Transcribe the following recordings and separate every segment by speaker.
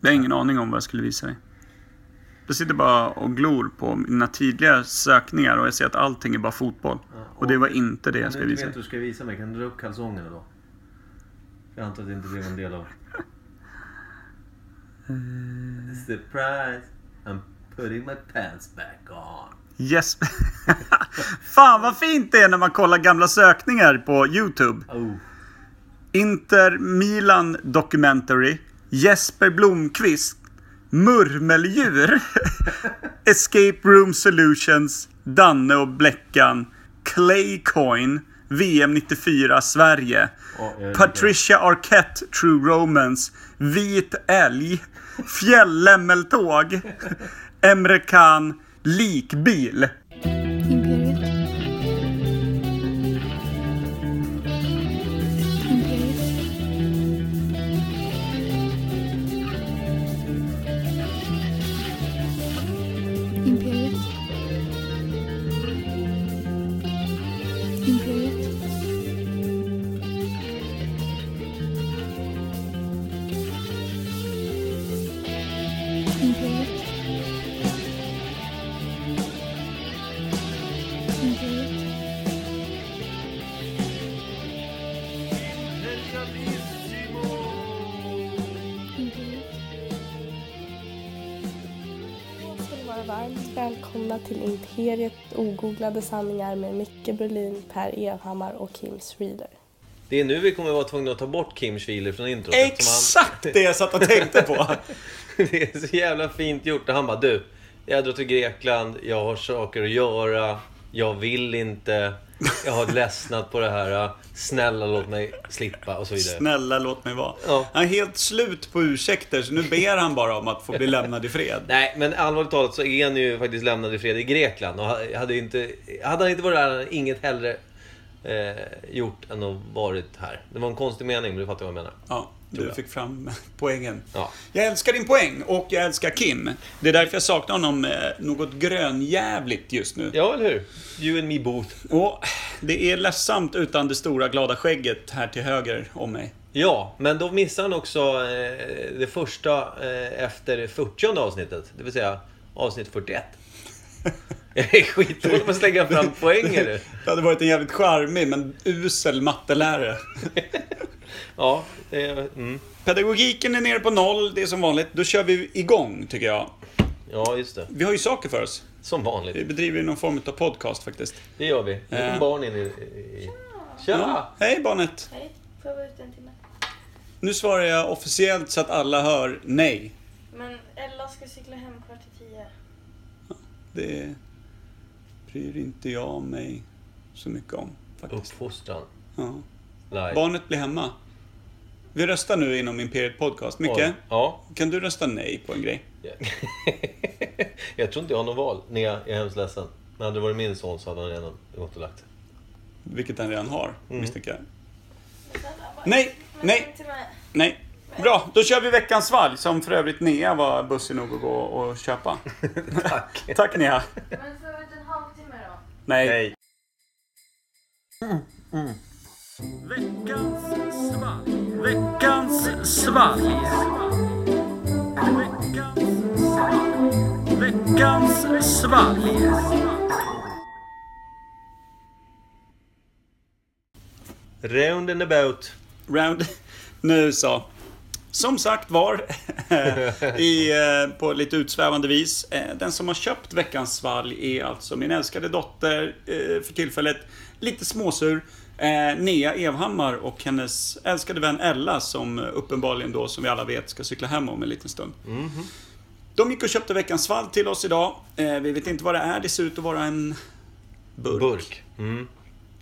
Speaker 1: Jag har ingen aning om vad jag skulle visa dig. Jag sitter bara och glor på mina tidiga sökningar och jag ser att allting är bara fotboll.
Speaker 2: Ja,
Speaker 1: Och det var inte det jag
Speaker 2: Om du
Speaker 1: skulle
Speaker 2: inte
Speaker 1: visa
Speaker 2: vet hur
Speaker 1: dig.
Speaker 2: du ska visa mig, kan du dra upp kalsongerna då? Jag antar att det inte blev en del av...
Speaker 1: Eh.
Speaker 2: Surprise! I'm putting my pants back on.
Speaker 1: Yes! Fan vad fint det är när man kollar gamla sökningar på YouTube.
Speaker 2: Oh,
Speaker 1: Inter Milan Documentary. Jesper Blomqvist. Murmeldjur. Escape Room Solutions. Danne och Bleckan. Claycoin. VM 94 Sverige.
Speaker 2: Ja, jag är
Speaker 1: Patricia Arquette True Romance. Vit älg. Fjällämmeltåg. Emre Can. Likbil.
Speaker 3: Imperiet. Imperiet. Imperiet. Imperiet. Imperiet. Imperiet. Imperiet.
Speaker 4: Då ska ni vara varmt välkomna till Imperiet ogooglade sanningar med Micke Berlin, Per Evhammar och Kim Schreeder.
Speaker 2: Det är nu vi kommer vara tvungna att ta bort Kim Schwiler från introt. eftersom
Speaker 5: Exakt det jag satt och tänkte på!
Speaker 2: Han, det är så jävla fint gjort. Och han bara du, jag drar till Grekland, jag har saker att göra, jag vill inte, jag har ledsnat på det här, snälla låt mig slippa och så vidare.
Speaker 5: Snälla låt mig vara.
Speaker 2: Ja.
Speaker 5: Han är helt slut på ursäkter så nu ber han bara om att få bli lämnad i fred.
Speaker 2: Nej, men allvarligt talat så är han ju faktiskt lämnad i fred i Grekland. Och ha- hade, inte, hade han inte varit där hade han inget hellre eh, gjort än att varit här. Det var en konstig mening, men du fattar vad jag menar.
Speaker 5: Ja, du fick fram poängen.
Speaker 2: Ja.
Speaker 5: Jag älskar din poäng och jag älskar Kim. Det är därför jag saknar honom eh, något grönjävligt just nu.
Speaker 2: Ja, eller hur? You and me both.
Speaker 5: Och det är ledsamt utan det stora glada skägget här till höger om mig.
Speaker 2: Ja, men då missar han också eh, det första eh, efter 40 avsnittet. Det vill säga avsnitt 41. Jag är skitdålig på att slänga fram poänger nu.
Speaker 5: Det hade varit en jävligt charmig men usel mattelärare.
Speaker 2: Ja, det är... Mm.
Speaker 5: Pedagogiken är nere på noll, det är som vanligt. Då kör vi igång tycker jag.
Speaker 2: Ja, just det.
Speaker 5: Vi har ju saker för oss.
Speaker 2: Som
Speaker 5: Vi
Speaker 2: vanligt.
Speaker 5: bedriver ju någon form av podcast faktiskt.
Speaker 2: Det gör vi. Nu kom
Speaker 5: Eh.
Speaker 2: barn in i... i... Tja!
Speaker 5: Ja. Hej barnet!
Speaker 6: Nej, får jag vara ute en timme?
Speaker 5: Nu svarar jag officiellt så att alla hör nej.
Speaker 6: Men Ella ska cykla hem kvart i tio.
Speaker 5: Det bryr inte jag mig så mycket om faktiskt.
Speaker 2: Uppfostran.
Speaker 5: Ja.
Speaker 2: Live.
Speaker 5: Barnet blir hemma. Vi röstar nu inom Imperiet Podcast. Micke,
Speaker 2: Oj. Ja.
Speaker 5: kan du rösta nej på en grej?
Speaker 2: jag tror inte jag har något val. Nej, jag är hemskt ledsen. Men hade det varit min son så hade han redan gått och lagt sig.
Speaker 5: Vilket han redan har, misstänker jag.
Speaker 6: Snälla, bara
Speaker 5: Nej,
Speaker 6: en
Speaker 5: nej,
Speaker 6: timme.
Speaker 5: nej. Bra, då kör vi veckans valg som för övrigt Nea var bussig nog att gå och köpa.
Speaker 2: Tack.
Speaker 5: Tack Nea.
Speaker 6: Men får jag vara ute en halvtimme då?
Speaker 5: Nej.
Speaker 2: Nej.
Speaker 1: Veckans svalg. Veckans svalg. Veckans svalg. Veckans svalg.
Speaker 2: Round and about.
Speaker 5: Round nu så. Som sagt var, i, eh, på lite utsvävande vis. eh, Den som har köpt veckans svalg är alltså min älskade dotter, eh, för tillfället lite småsur, eh, Nea Evhammar och hennes älskade vän Ella som uppenbarligen då, som vi alla vet, ska cykla hem om en liten stund.
Speaker 2: Mhm.
Speaker 5: De gick och köpte veckans svalg till oss idag. Eh, Vi vet inte vad det är, det ser ut att vara en burk.
Speaker 2: Burk. Mm.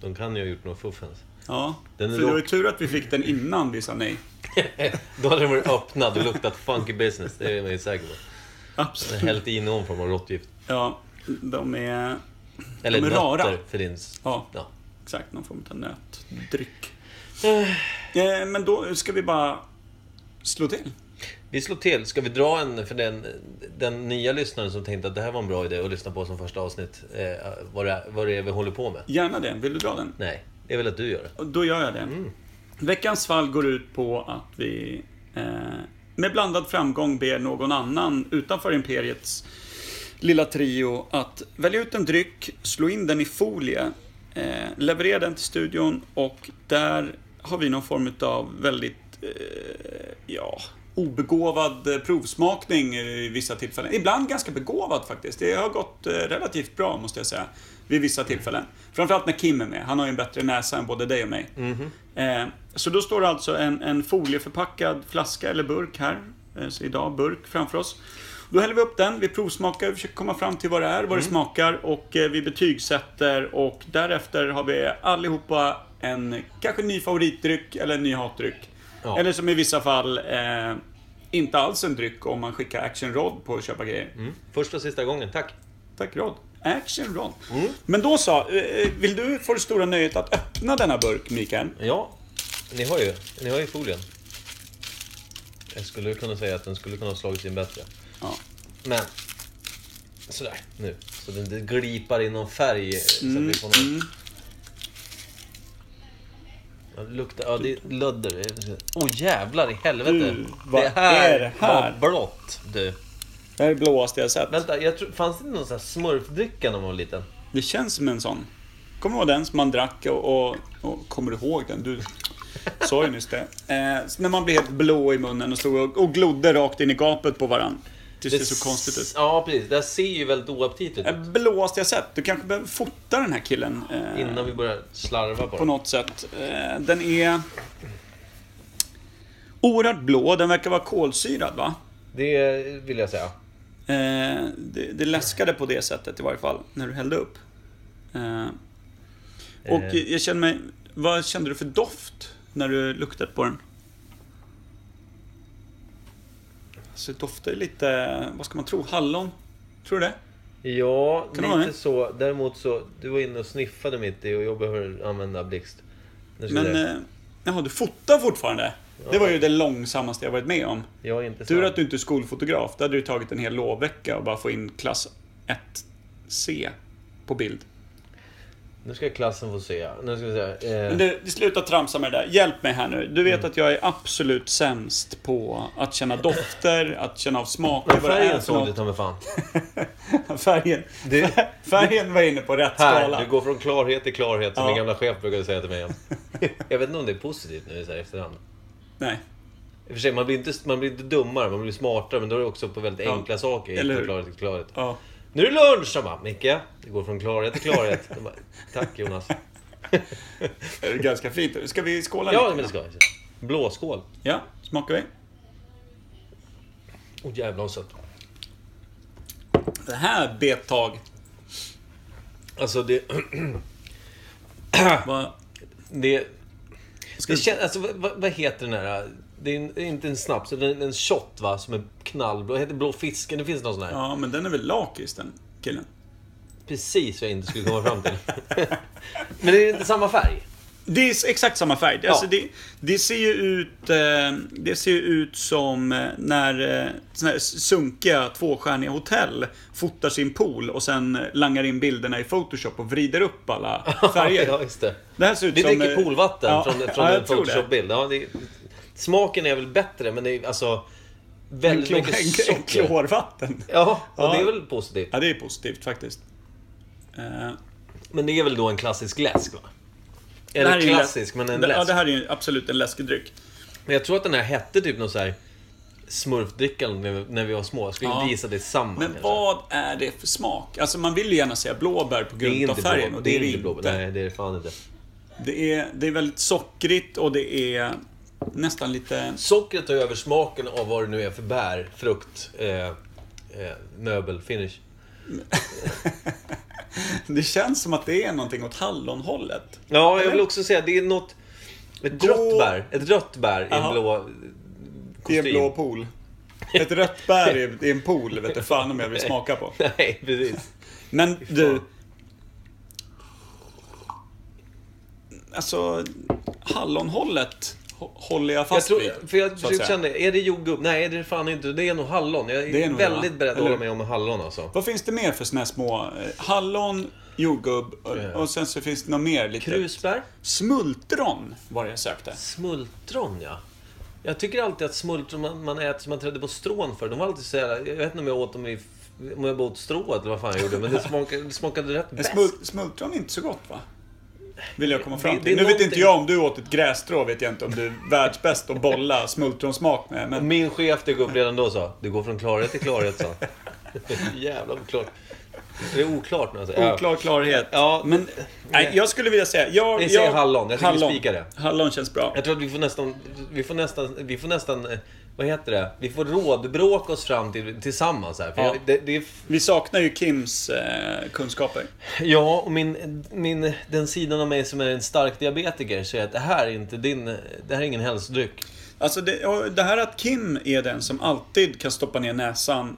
Speaker 2: De kan ju ha gjort något fuffens.
Speaker 5: Ja.
Speaker 2: Den är
Speaker 5: För det var ju
Speaker 2: dock-
Speaker 5: tur att vi fick den innan vi sa nej.
Speaker 2: Då hade de varit öppnad och luktat funky business. Det är man ju säker på.
Speaker 5: Absolut.
Speaker 2: De Hällt i någon form av råttgift.
Speaker 5: Ja, de är...
Speaker 2: Eller
Speaker 5: De är
Speaker 2: nötter
Speaker 5: rara.
Speaker 2: för din...
Speaker 5: Ja,
Speaker 2: Ja.
Speaker 5: exakt. Någon form av nötdryck. Eh, Men då ska vi bara slå till.
Speaker 2: Vi slår till. Ska vi dra en för den, den nya lyssnaren som tänkte att det här var en bra idé att lyssna på som första avsnitt. Eh, vad, det, är- vad det är vi håller på med.
Speaker 5: Gärna det. Vill du dra den?
Speaker 2: Nej, det är väl att du gör det.
Speaker 5: Och Då gör jag det. Veckans fall går ut på att vi eh, med blandad framgång ber någon annan utanför Imperiets lilla trio att välja ut en dryck, slå in den i folie, eh, leverera den till studion och där har vi någon form av väldigt, eh, ja, obegåvad eh, provsmakning i vissa tillfällen. Ibland ganska begåvad faktiskt. Det har gått eh, relativt bra måste jag säga. Vid vissa tillfällen. Framförallt när Kim är med. Han har ju en bättre näsa än både dig och mig. Eh, så då står det alltså en, en folieförpackad flaska eller burk här. Eh, så idag burk framför oss. Då häller vi upp den, vi provsmakar, vi försöker komma fram till vad det är, vad det smakar och eh, vi betygsätter och därefter har vi allihopa en kanske ny favoritdryck eller en ny hatdryck.
Speaker 2: Ja.
Speaker 5: Eller som i vissa fall eh, inte alls en dryck om man skickar Action Rod på att köpa grejer.
Speaker 2: Första och sista gången, tack.
Speaker 5: Tack Rod. Action Rod. Men då så, eh, vill du få det stora nöjet att öppna denna burk Mikael?
Speaker 2: Ja, ni har ju, ni har ju folien. Jag skulle kunna säga att den skulle kunna ha slagits in bättre.
Speaker 5: Ja.
Speaker 2: Men, sådär nu. Så den det glipar in någon färg. eh,
Speaker 5: Mm,
Speaker 2: Så att vi får någon... Ja, det luktar, ja det är lödder. Åh oh, jävlar i helvete.
Speaker 5: Du, vad är det här?
Speaker 2: var blått du.
Speaker 5: Det här är det blåaste jag sett.
Speaker 2: Vänta, jag tror, fanns det inte någon sån här smurfdrycka när man var liten?
Speaker 5: Det känns som en sån. Kommer du ihåg den som man drack och, och, och kommer du ihåg den? Du sa ju nyss det. Eh, när man blev helt blå i munnen och stod och, och glodde rakt in i gapet på varandra. Det ser så konstigt ut.
Speaker 2: Ja precis, det här ser ju väldigt oaptitligt ut.
Speaker 5: Det blåaste jag sett. Du kanske behöver fota den här killen. Eh,
Speaker 2: Innan vi börjar slarva på
Speaker 5: på
Speaker 2: den.
Speaker 5: något sätt. Eh, Den är oerhört blå. Den verkar vara kolsyrad va?
Speaker 2: Det vill jag säga.
Speaker 5: Eh, det, det läskade på det sättet i varje fall, när du hällde upp. Eh, och
Speaker 2: Eh.
Speaker 5: jag känner mig... Vad kände du för doft när du luktade på den? Alltså, det doftar ju lite... Vad ska man tro? Hallon? Tror du det?
Speaker 2: Ja,
Speaker 5: Kan det vara
Speaker 2: lite
Speaker 5: det?
Speaker 2: så. Däremot så, du var inne och sniffade mitt i och jag behöver använda blixt. Nu ska
Speaker 5: Men...
Speaker 2: vi se.
Speaker 5: Eh, jaha, du fotar fortfarande? Det var ju det långsammaste jag varit med om.
Speaker 2: jag är inte
Speaker 5: Tur
Speaker 2: snabb.
Speaker 5: att du inte är skolfotograf. Då hade du tagit en hel lovvecka och bara få in klass 1C på bild.
Speaker 2: Nu ska klassen få se. Nu ska vi se. Eh,
Speaker 5: Men du, sluta tramsa med det där. Hjälp mig här nu. Du vet att jag är absolut sämst på att känna dofter, att känna av smaker.
Speaker 2: men
Speaker 5: vad det är
Speaker 2: färgen
Speaker 5: för
Speaker 2: såg du
Speaker 5: något.
Speaker 2: ta mig fan.
Speaker 5: Färgen.
Speaker 2: Du-
Speaker 5: Färgen var inne på rätt skala.
Speaker 2: Här, du går från klarhet till klarhet som
Speaker 5: Ja.
Speaker 2: min gamla chef brukade säga till mig. jämt. jag vet inte om det är positivt nu så här i efterhand.
Speaker 5: Nej.
Speaker 2: I och för sig, man blir, inte, man blir inte dummare, man blir smartare. Men då är det också på väldigt
Speaker 5: Ja.
Speaker 2: enkla saker.
Speaker 5: Eller
Speaker 2: Eller
Speaker 5: hur?
Speaker 2: klarhet till klarhet.
Speaker 5: Ja.
Speaker 2: Nu är det lunch! Jag bara, Micke, det går från klarhet till klarhet. Jag bara, Tack Jonas.
Speaker 5: Det är ganska fint. Ska vi skåla
Speaker 2: Ja,
Speaker 5: lite?
Speaker 2: men det ska jag. Blåskål.
Speaker 5: Ja, smakar vi.
Speaker 2: Åh oh, jävlar vad sött.
Speaker 5: Det här bet tag.
Speaker 2: Alltså det...
Speaker 5: Vad-
Speaker 2: det,
Speaker 5: Ska
Speaker 2: det
Speaker 5: du-
Speaker 2: känns, alltså, vad, vad heter den här? Det är, en, det är inte en snaps, det är en, en shot va? Som är knallblå. Det heter blå fisken. Det finns någon sån här.
Speaker 5: Ja, men den är väl lakis den killen?
Speaker 2: Precis vad jag inte skulle komma fram till. men det är inte samma färg.
Speaker 5: Det är exakt samma färg. Alltså det, det ser ju ut, eh, det ser ju ut som eh, när eh, såna här sunkiga tvåstjärniga hotell fotar sin pool och sen langar in bilderna i Photoshop och vrider upp alla
Speaker 2: ja,
Speaker 5: färger.
Speaker 2: just det.
Speaker 5: Det här ser ut
Speaker 2: Vi
Speaker 5: som...
Speaker 2: dricker
Speaker 5: eh,
Speaker 2: poolvatten
Speaker 5: ja,
Speaker 2: från, från
Speaker 5: ja, jag
Speaker 2: en
Speaker 5: tror det.
Speaker 2: Photoshop-bild. Ja, det är- smaken är väl bättre, men det är alltså... Väldigt
Speaker 5: Klor-
Speaker 2: mycket socker.
Speaker 5: Klorvatten.
Speaker 2: Ja, och
Speaker 5: Ja.
Speaker 2: det är väl positivt.
Speaker 5: Ja, det är positivt faktiskt. Eh,
Speaker 2: Men det är väl då en klassisk läsk va?
Speaker 5: det här
Speaker 2: Eller
Speaker 5: är ju läs-
Speaker 2: klassisk, men en
Speaker 5: det-
Speaker 2: läsk.
Speaker 5: Ja, det här är ju absolut en läskedryck.
Speaker 2: Men jag tror att den här hette typ någon så här smurfdricka när vi, när vi var små. Jag skulle
Speaker 5: Ja.
Speaker 2: inte gissa det är samma.
Speaker 5: Men
Speaker 2: kanske.
Speaker 5: vad är det för smak? Alltså man vill ju gärna säga blåbär på
Speaker 2: det är
Speaker 5: grund av
Speaker 2: inte
Speaker 5: färgen.
Speaker 2: blå,
Speaker 5: och
Speaker 2: det är inte
Speaker 5: det
Speaker 2: blåbär. Nej, det är det fan inte.
Speaker 5: Det är, det är väldigt sockrigt och det är nästan lite...
Speaker 2: Sockret tar över smaken av vad det nu är för bär, frukt, eh, eh, möbel, finish.
Speaker 5: Det känns som att det är någonting åt hallonhållet.
Speaker 2: Ja, jag vill också säga det är något... Ett
Speaker 5: Blå-
Speaker 2: rött bär. Ett rött bär i en
Speaker 5: Jaha.
Speaker 2: blå eh,
Speaker 5: Det är en
Speaker 2: kostym.
Speaker 5: blå pool. Ett rött bär i- i en pool vet du fan om jag vill smaka på.
Speaker 2: Nej, precis.
Speaker 5: Men du... Alltså, hallonhållet hå- håller jag
Speaker 2: Jag
Speaker 5: fast vid.
Speaker 2: tror, för jag
Speaker 5: så att
Speaker 2: försökte
Speaker 5: säga.
Speaker 2: känna, är det jordgubb? Nej, det är det fan inte. Det är nog hallon. Jag är,
Speaker 5: Det är nog det,
Speaker 2: väldigt
Speaker 5: va?
Speaker 2: beredd att
Speaker 5: Eller?
Speaker 2: hålla med om hallon alltså.
Speaker 5: Vad finns det mer för såna här små... eh, Hallon, jordgubb och, och sen så finns det något mer lite...
Speaker 2: Krusbär?
Speaker 5: Smultron var det jag sökte.
Speaker 2: Smultron ja. Jag tycker alltid att smultron man, man äter som man trädde på strån för, de var alltid så jävla... Jag vet inte om jag åt dem i... Om jag bara åt strået eller vad fan jag gjorde, men det smakade, det smakade rätt
Speaker 5: Men
Speaker 2: bäst.
Speaker 5: smul- smultron är inte så gott va? Vill jag komma fram
Speaker 2: Det-
Speaker 5: till.
Speaker 2: det
Speaker 5: nu
Speaker 2: är
Speaker 5: vet
Speaker 2: någonting-
Speaker 5: inte jag om du åt ett grässtrå, vet jag inte om du är världsbäst att bolla smultronsmak med. Men
Speaker 2: Min chef dök upp redan då och sa, du går från klarhet till klarhet, sa han. Jävla oklart. Det är oklart nu alltså. Ja.
Speaker 5: oklar klarhet.
Speaker 2: Ja,
Speaker 5: Men, nej, jag skulle vilja säga... Jag,
Speaker 2: Vi säger
Speaker 5: jag-
Speaker 2: hallon. Jag tycker vi spikar det.
Speaker 5: Hallon känns bra.
Speaker 2: Jag tror att vi får nästan, vi får nästan, vi får nästan, eh, vad heter det? Vi får rådbråka oss fram till, tillsammans här. För
Speaker 5: Ja.
Speaker 2: jag, det, det är,
Speaker 5: Vi saknar ju Kims eh, kunskaper.
Speaker 2: ja, och min, min, den sidan av mig som är en stark diabetiker säger att det här är inte din, det här är ingen hälsodryck.
Speaker 5: Alltså det, och det här att Kim är den som alltid kan stoppa ner näsan,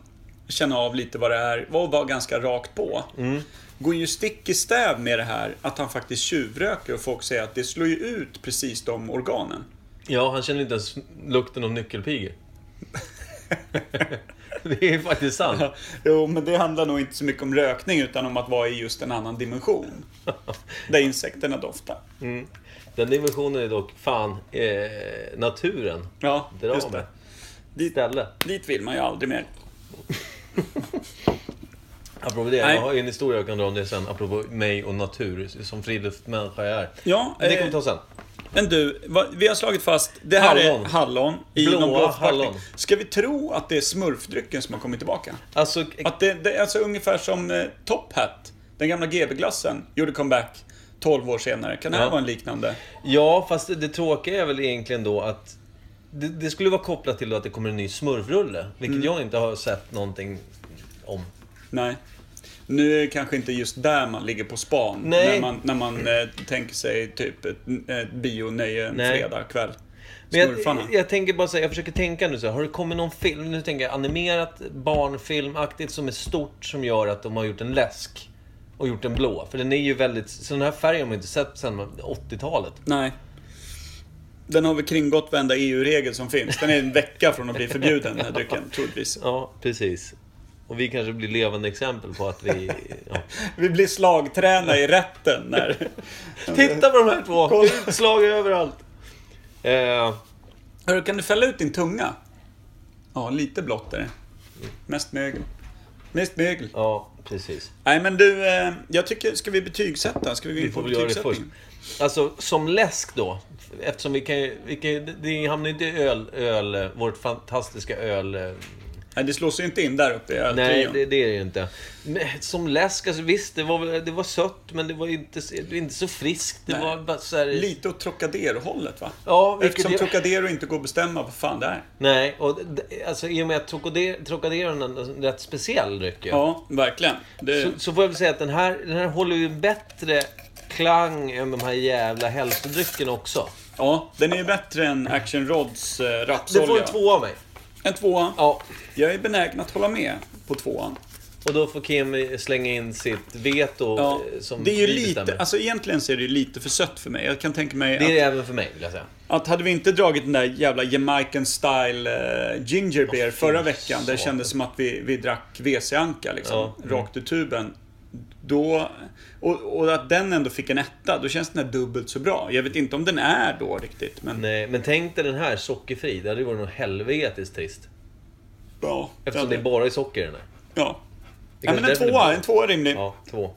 Speaker 5: känna av lite vad det är och vara ganska rakt på.
Speaker 2: Mm.
Speaker 5: Går ju stick i stäv med det här att han faktiskt tjuvröker och folk säger att det slår ju ut precis de organen.
Speaker 2: Ja, han känner inte ens lukten av nyckelpigor. det är faktiskt sant.
Speaker 5: Jo, men det handlar nog inte så mycket om rökning utan om att vara i just en annan dimension. Där insekterna doftar.
Speaker 2: Den dimensionen är dock fan eh, naturen.
Speaker 5: Ja,
Speaker 2: Dra
Speaker 5: just
Speaker 2: med.
Speaker 5: det. Dit,
Speaker 2: Ställe.
Speaker 5: dit vill man ju aldrig mer.
Speaker 2: Apropå det,
Speaker 5: Nej.
Speaker 2: jag har ju en historia jag kan dra om det sen. Apropå mig och natur, som friluftsmänniska jag är.
Speaker 5: Ja,
Speaker 2: Men det
Speaker 5: eh,
Speaker 2: kan vi ta sen.
Speaker 5: Men du, vad, vi har slagit fast, det här
Speaker 2: Hallon.
Speaker 5: är hallon i
Speaker 2: Blåa
Speaker 5: någon blå förpackning.
Speaker 2: hallon.
Speaker 5: Ska vi tro att det är smurfdrycken som har kommit tillbaka?
Speaker 2: Alltså,
Speaker 5: Att det, det är alltså ungefär som eh, Top Hat, den gamla GB-glassen, gjorde comeback 12 år senare. Kan det här
Speaker 2: Ja.
Speaker 5: vara en liknande?
Speaker 2: ja, fast det, det tråkiga är väl egentligen då att det, det skulle vara kopplat till då att det kommer en ny smurfrulle. Vilket jag inte har sett någonting om.
Speaker 5: Nej. Nu är det kanske inte just där man ligger på span.
Speaker 2: Nej.
Speaker 5: När man, när man eh, tänker sig typ ett, ett bionöje en
Speaker 2: Nej.
Speaker 5: fredagkväll.
Speaker 2: Men
Speaker 5: Smurfarna.
Speaker 2: jag, jag tänker bara säga, jag försöker tänka nu så här, Har det kommit någon film, nu tänker jag animerat, barnfilmaktigt som är stort som gör att de har gjort en läsk och gjort en blå? För den är ju väldigt, så den här färgen har man inte sett sedan 80-talet.
Speaker 5: Nej. Den har väl kringgått varenda EU-regel som finns. Den är en vecka från att bli förbjuden, den här drycken, troligtvis.
Speaker 2: Ja, precis. Och vi kanske blir levande exempel på att vi... Ja.
Speaker 5: Vi blir slagträna i rätten när...
Speaker 2: Titta på de här två!
Speaker 5: Kolla.
Speaker 2: Det är Slag överallt! Eh,
Speaker 5: Hörru, kan du fälla ut din tunga? Ja, lite blått är det. Mest mögel. Mest mögel.
Speaker 2: ja, precis.
Speaker 5: Nej, men du, eh, jag tycker... Ska vi betygsätta? Ska vi gå in
Speaker 2: Vi får
Speaker 5: på
Speaker 2: väl göra det först.
Speaker 5: betygsättningen?
Speaker 2: Alltså, som läsk då. Eftersom vi kan ju... Vi kan, ju- det hamnar ju inte i öl, öl... Vårt fantastiska öl... eh,
Speaker 5: Nej, det slås ju inte in där uppe i
Speaker 2: Nej,
Speaker 5: öltrion.
Speaker 2: det, det är det ju inte. Men, som läsk, alltså visst, det var, väl- det var sött, men det var ju inte, så- det var inte så friskt. Det
Speaker 5: Nej.
Speaker 2: var bara så här...
Speaker 5: Lite åt Trocadero-hållet, va?
Speaker 2: Ja, vilket
Speaker 5: Eftersom
Speaker 2: jag-
Speaker 5: Trocadero inte går att bestämma vad fan det är.
Speaker 2: Nej, och d- alltså, i och med att Trocadero Trocadero är en rätt speciell dryck ju.
Speaker 5: Ja, verkligen. Det...
Speaker 2: så, så får jag väl säga att den här, den här håller ju en bättre klang än de här jävla hälsodryckerna också.
Speaker 5: Ja, den är ju bättre än Action Rods eh,
Speaker 2: Du får
Speaker 5: rapsolja.
Speaker 2: en tvåa av mig.
Speaker 5: En tvåa.
Speaker 2: Ja.
Speaker 5: Jag är benägen att hålla med på tvåan.
Speaker 2: Och då får Kim slänga in sitt veto
Speaker 5: Ja,
Speaker 2: eh, som
Speaker 5: det är ju
Speaker 2: vi
Speaker 5: lite,
Speaker 2: bestämmer.
Speaker 5: alltså egentligen så är det ju lite för sött för mig. Jag kan tänka mig
Speaker 2: Det är
Speaker 5: att,
Speaker 2: det även för mig, vill jag säga.
Speaker 5: att hade vi inte dragit den där jävla Jamaican style eh, ginger beer
Speaker 2: fy
Speaker 5: förra veckan. Där det
Speaker 2: satan.
Speaker 5: kändes som att vi, vi drack WC-anka liksom,
Speaker 2: Ja, mm.
Speaker 5: rakt ur tuben. Då, och, och att den ändå fick en etta, då känns den här dubbelt så bra. Jag vet inte om den är då riktigt, men
Speaker 2: Nej, men tänk dig den här sockerfri. Det hade ju varit något helvetiskt trist.
Speaker 5: ja.
Speaker 2: Eftersom det
Speaker 5: den-
Speaker 2: bara är socker i den här.
Speaker 5: ja.
Speaker 2: Det
Speaker 5: ja
Speaker 2: kanske
Speaker 5: men
Speaker 2: är
Speaker 5: en
Speaker 2: därför det
Speaker 5: tvåa,
Speaker 2: blir-
Speaker 5: en tvåa är rimlig.
Speaker 2: Ja, två.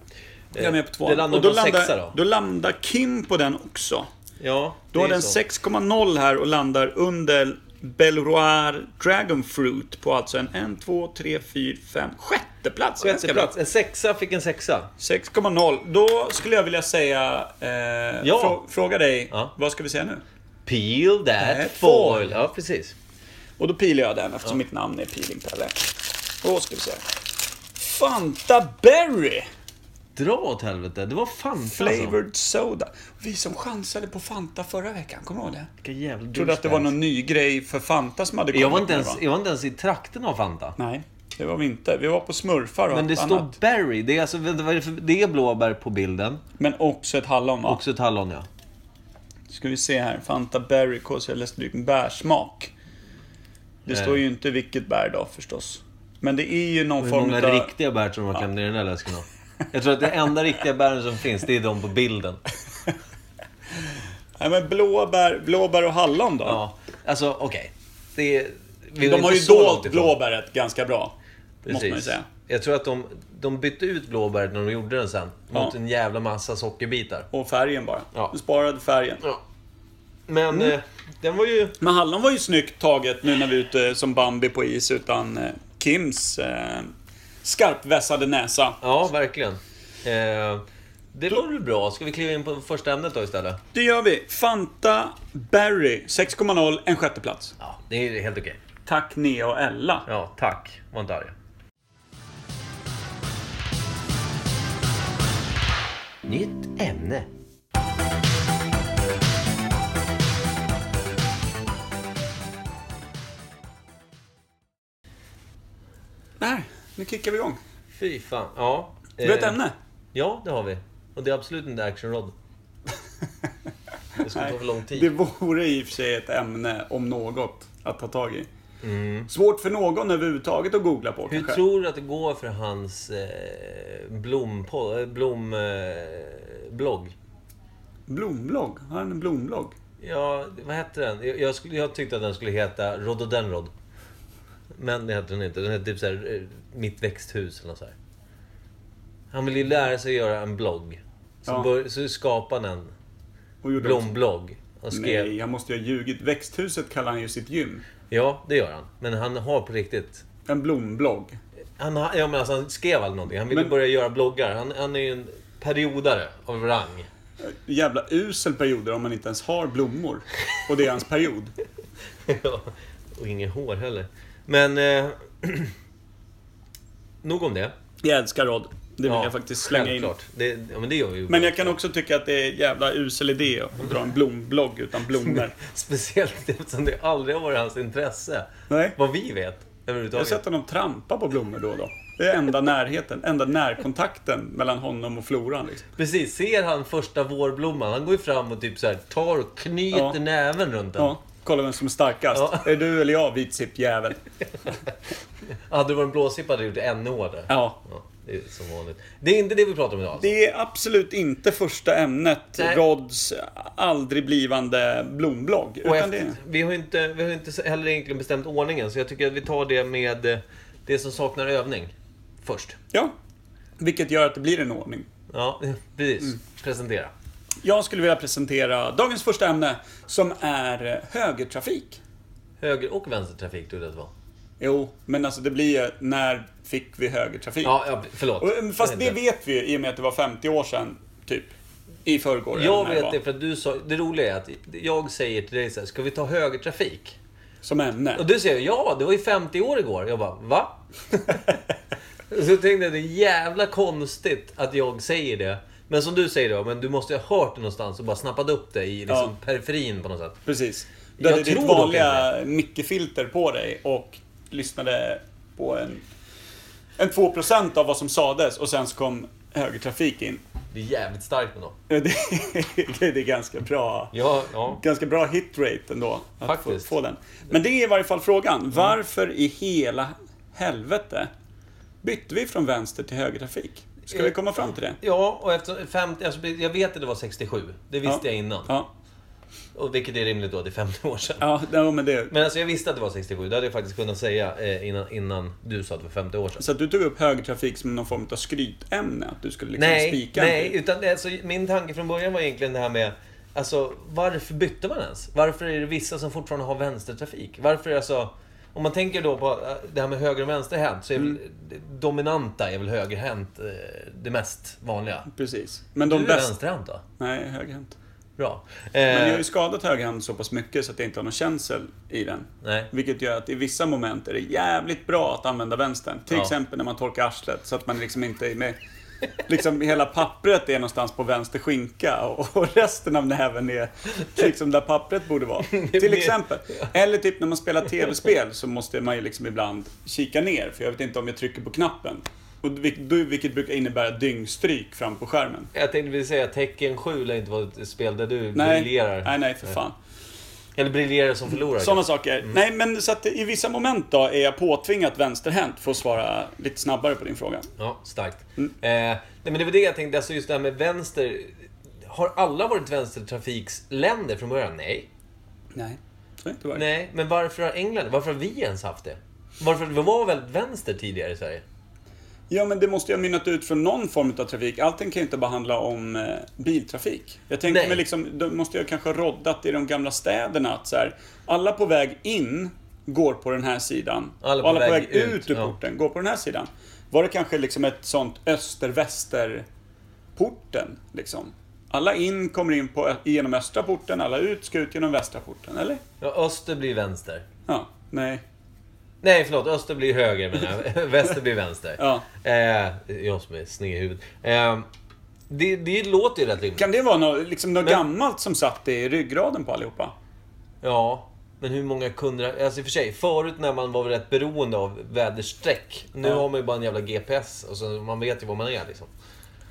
Speaker 5: Jag är med på tvåan.
Speaker 2: Eh, Det landar
Speaker 5: och då,
Speaker 2: på en
Speaker 5: landar,
Speaker 2: sexa då.
Speaker 5: då landar Kim på den också.
Speaker 2: Ja,
Speaker 5: Då
Speaker 2: det
Speaker 5: har
Speaker 2: är ju
Speaker 5: den
Speaker 2: så.
Speaker 5: 6,0 här och landar under Belroir Dragon Fruit på alltså en 1, 2, 3, 4, 5, sjätte plats.
Speaker 2: Sjätte plats. En sexa fick en sexa.
Speaker 5: 6,0. Då skulle jag vilja säga... Eh, frå- fråga dig,
Speaker 2: Ja.
Speaker 5: vad ska vi säga nu?
Speaker 2: Peel
Speaker 5: Nej,
Speaker 2: that
Speaker 5: foil.
Speaker 2: foil. Ja, precis.
Speaker 5: Och då pilar jag den eftersom mitt namn är Peeling-Pelle. Då ska vi se. Fanta Berry!
Speaker 2: Dra åt helvete. Det var Fanta alltså.
Speaker 5: Flavored Soda. Vi som chansade på Fanta förra veckan, kommer du ihåg det?
Speaker 2: Vilka jävla
Speaker 5: Jag trodde att det var någon ny grej för Fanta som hade kommit.
Speaker 2: jag var, inte
Speaker 5: nu,
Speaker 2: ens,
Speaker 5: va?
Speaker 2: jag var inte ens i trakten av Fanta.
Speaker 5: Nej, det var vi inte. Vi var på smurfar och
Speaker 2: Men det
Speaker 5: allt
Speaker 2: står
Speaker 5: annat.
Speaker 2: berry. Det är, alltså, vänta, vad är det, för, det är blåbär på bilden.
Speaker 5: Men också ett hallon va?
Speaker 2: Också ett hallon, ja.
Speaker 5: Ska vi se här. Fanta Berry KC läskedryck med bärsmak. Det
Speaker 2: Nej.
Speaker 5: står ju inte vilket bär då förstås. Men det är ju någon
Speaker 2: Eh. Hur
Speaker 5: form
Speaker 2: många
Speaker 5: av...
Speaker 2: riktiga bär tror du man klämde i den där läsken av? Jag tror att det enda riktiga bären som finns, det är de på bilden.
Speaker 5: Nej men blåbär, blåbär och hallon då.
Speaker 2: Ja. Alltså, okej. Det är- vi var
Speaker 5: De har
Speaker 2: inte
Speaker 5: ju
Speaker 2: så långt
Speaker 5: dolt
Speaker 2: ifrån.
Speaker 5: blåbäret ganska bra. Måste man ju
Speaker 2: Precis.
Speaker 5: säga.
Speaker 2: Jag tror att de, de bytte ut blåbäret när de gjorde den sen. Mot
Speaker 5: Ja.
Speaker 2: en jävla massa sockerbitar.
Speaker 5: Och färgen bara.
Speaker 2: Ja.
Speaker 5: Du sparade färgen.
Speaker 2: Men
Speaker 5: Mm.
Speaker 2: eh, den var ju...
Speaker 5: Men hallon var ju snyggt taget nu när vi är ute som Bambi på is utan eh, Kims eh, skarpvässade näsa.
Speaker 2: Ja, verkligen. Eh, det var väl bra. Ska vi kliva in på första ämnet då istället?
Speaker 5: Det gör vi. Fanta Berry 6,0, en sjätteplats.
Speaker 2: Ja, det är helt okej.
Speaker 5: Tack Nea och Ella.
Speaker 2: Ja, tack. Var inte arg. Nytt ämne.
Speaker 5: Där, nu kickar vi igång.
Speaker 2: Fy fan. Ja. eh,
Speaker 5: Vi har ett ämne.
Speaker 2: Ja, det har vi. Och det är absolut inte Action Rod. Det skulle ta för lång tid.
Speaker 5: Det vore i och för sig ett ämne om något att ta tag i. Svårt för någon överhuvudtaget att googla på
Speaker 2: Hur
Speaker 5: kanske.
Speaker 2: tror du att det går för hans eh, blomblogg? Blom, eh, blogg?
Speaker 5: Blomblogg? Har han en blomblogg?
Speaker 2: ja, vad hette den? Jag, jag, skulle, jag tyckte att den skulle heta Rododenrod. Men det hette den inte. Den hette typ såhär, eh, Mitt växthus eller något så här. Han ville ju lära sig att göra en blogg. Så,
Speaker 5: Ja.
Speaker 2: bör, så skapade han en
Speaker 5: Och gjorde också-
Speaker 2: blomblogg. Han skrev...
Speaker 5: Nej, jag måste ju ha ljugit. Växthuset kallar han ju sitt gym.
Speaker 2: Ja, det gör han. Men han har på riktigt
Speaker 5: En blomblogg.
Speaker 2: Han, har- ja, men alltså, han skrev aldrig någonting. Han ville
Speaker 5: Men-
Speaker 2: börja göra bloggar. Han, han är ju en periodare av rang.
Speaker 5: Jävla usel perioder om man inte ens har blommor. Och det är hans period.
Speaker 2: Ja, och inget hår heller. Men... Eh, nog om det.
Speaker 5: Jag älskar Rod. Det vill
Speaker 2: Ja,
Speaker 5: jag faktiskt slänga in.
Speaker 2: självklart. Det, ja, men det gör vi ju.
Speaker 5: Men jag kan också tycka att det är jävla usel idé att dra en blomblogg utan blommor.
Speaker 2: Speciellt eftersom det aldrig har varit hans intresse.
Speaker 5: Nej.
Speaker 2: Vad vi vet.
Speaker 5: Jag har
Speaker 2: Överhuvudtaget.
Speaker 5: sett honom trampa på blommor då och då. Det är enda närheten, enda närkontakten mellan honom och floran. Liksom.
Speaker 2: Precis. Ser han första vårblomman, han går ju fram och typ så här, tar och knyter
Speaker 5: Ja.
Speaker 2: näven runt den.
Speaker 5: Ja, kolla vem som är starkast.
Speaker 2: Ja.
Speaker 5: Är det du eller jag, vitzippjävel?
Speaker 2: Hade det varit en blåsippa hade det gjort det ännu hårdare.
Speaker 5: Ja.
Speaker 2: Ja, det är som vanligt. Det är inte det vi pratar om idag. Alltså.
Speaker 5: Det är absolut inte första ämnet,
Speaker 2: Nej.
Speaker 5: Rods aldrig blivande blomblogg.
Speaker 2: Och
Speaker 5: Utan
Speaker 2: efter,
Speaker 5: det,
Speaker 2: vi har ju inte, vi har ju inte heller egentligen bestämt ordningen, så jag tycker att vi tar det med eh, det som saknar övning först.
Speaker 5: ja, vilket gör att det blir en ordning.
Speaker 2: Ja, precis.
Speaker 5: Mm.
Speaker 2: Presentera.
Speaker 5: Jag skulle vilja presentera dagens första ämne som är högertrafik.
Speaker 2: Höger och vänstertrafik trodde jag att det var.
Speaker 5: Jo, men alltså det blir ju när fick vi högertrafik?
Speaker 2: Ja, ja förlåt.
Speaker 5: Och, um, mm, Fast det
Speaker 2: Jag vet.
Speaker 5: vet vi ju i och med att det var 50 år sedan, typ. I förrgår. eller
Speaker 2: Jag
Speaker 5: när
Speaker 2: vet
Speaker 5: var,
Speaker 2: det för att du sa, det roliga är att jag säger till dig så här, ska vi ta högertrafik?
Speaker 5: Som ämne.
Speaker 2: Och du säger, ja det var ju 50 år igår. Jag bara, va? så tänkte jag, det är jävla konstigt att jag säger det. Men som du säger då, men du måste ju ha hört det någonstans och bara snappat upp det i liksom periferin på något sätt.
Speaker 5: Precis. Du
Speaker 2: Jag
Speaker 5: hade ditt
Speaker 2: tror dock
Speaker 5: vanliga Micke-filter på dig och lyssnade på en, en 2% av vad som sades och sen så kom högertrafik in.
Speaker 2: Det är jävligt starkt ändå.
Speaker 5: Det, det är ganska bra.
Speaker 2: Ja, ja.
Speaker 5: Ganska bra hitrate ändå. Att
Speaker 2: Faktiskt.
Speaker 5: Få, få den. Men det är i varje fall frågan. Varför i hela helvete bytte vi från vänster till högertrafik? Ska vi komma fram till det?
Speaker 2: Ja, och efter 50, alltså, jag vet att det var 67. Det visste
Speaker 5: Ja.
Speaker 2: jag innan.
Speaker 5: Ja,
Speaker 2: Och vilket är rimligt då, det är 50 år sedan.
Speaker 5: ja nej, men det,
Speaker 2: Men alltså jag visste att det var 67, det hade jag faktiskt kunnat säga eh, innan, innan du sa att det var 50 år sedan.
Speaker 5: Så att du tog upp högertrafik som någon form av skrytämne? Att du skulle liksom
Speaker 2: Nej,
Speaker 5: spika en
Speaker 2: nej
Speaker 5: bit.
Speaker 2: utan alltså, min tanke från början var egentligen det här med Alltså varför bytte man ens? Varför är det vissa som fortfarande har vänstertrafik? Varför är alltså... Om man tänker då på eh, det här med höger och vänsterhänt så är
Speaker 5: Mm.
Speaker 2: väl det dominanta är väl högerhänt eh, det mest vanliga.
Speaker 5: Precis. Men
Speaker 2: Du
Speaker 5: de
Speaker 2: är
Speaker 5: bästa...
Speaker 2: vänsterhänt då?
Speaker 5: Nej, högerhänt.
Speaker 2: Bra. Eh,
Speaker 5: Men jag har ju skadat högerhand så pass mycket så att jag inte har någon känsel i den.
Speaker 2: Nej.
Speaker 5: Vilket gör att i vissa moment är det jävligt bra att använda vänstern. Till
Speaker 2: Ja.
Speaker 5: exempel när man torkar arslet så att man liksom inte är med... Liksom hela pappret är någonstans på vänster skinka och, och resten av näven är liksom där pappret borde vara. Till exempel. Eller typ när man spelar tv-spel så måste man ju liksom ibland kika ner för jag vet inte om jag trycker på knappen. Och vilket, då- vilket brukar innebära dyngstryk fram på skärmen.
Speaker 2: Jag tänkte precis säga Tekken 7 lär inte vara ett spel där du
Speaker 5: Nej,
Speaker 2: briljerar.
Speaker 5: nej, nej för fan.
Speaker 2: Eller briljerar som förlorar.
Speaker 5: Sådana saker. Nej, men så att i vissa moment då är jag påtvingat vänsterhänt för att svara lite snabbare på din fråga.
Speaker 2: Ja, starkt. Eh, nej, men det var det jag tänkte, alltså just det här med vänster. Har alla varit vänstertrafiksländer från början? Nej.
Speaker 5: Nej. Det har inte varit.
Speaker 2: Nej, men varför har England, varför har vi ens haft det? Varför, vi var väldigt vänster tidigare i Sverige.
Speaker 5: Ja, men det måste ju ha mynnat ut från någon form av trafik. Allting kan ju inte bara handla om eh, biltrafik. Jag tänkte
Speaker 2: Nej.
Speaker 5: mig liksom, de måste ju ha kanske roddat i de gamla städerna att så här, alla på väg in går på den här sidan.
Speaker 2: Alla
Speaker 5: och
Speaker 2: på
Speaker 5: alla på väg,
Speaker 2: väg
Speaker 5: ut,
Speaker 2: ut,
Speaker 5: ur
Speaker 2: ja.
Speaker 5: porten går på den här sidan. Var det kanske liksom ett sånt öster-väster-porten, liksom? Alla in kommer in på, genom östra porten, alla ut ska ut genom västra porten, eller?
Speaker 2: Ja, öster blir vänster.
Speaker 5: Ja, nej.
Speaker 2: Nej, förlåt. Öster blir höger menar jag. Väster blir vänster.
Speaker 5: Ja.
Speaker 2: Eh, jag som är sned i huvudet. Eh, det, det låter ju rätt rimligt.
Speaker 5: Kan det vara något, liksom något
Speaker 2: Men-
Speaker 5: gammalt som satt i ryggraden på allihopa?
Speaker 2: Ja, men hur många kunder... Alltså i och för sig, förut när man var rätt beroende av väderstreck. Nu
Speaker 5: Ja.
Speaker 2: har man ju bara en jävla GPS. Alltså, man vet ju var man är liksom.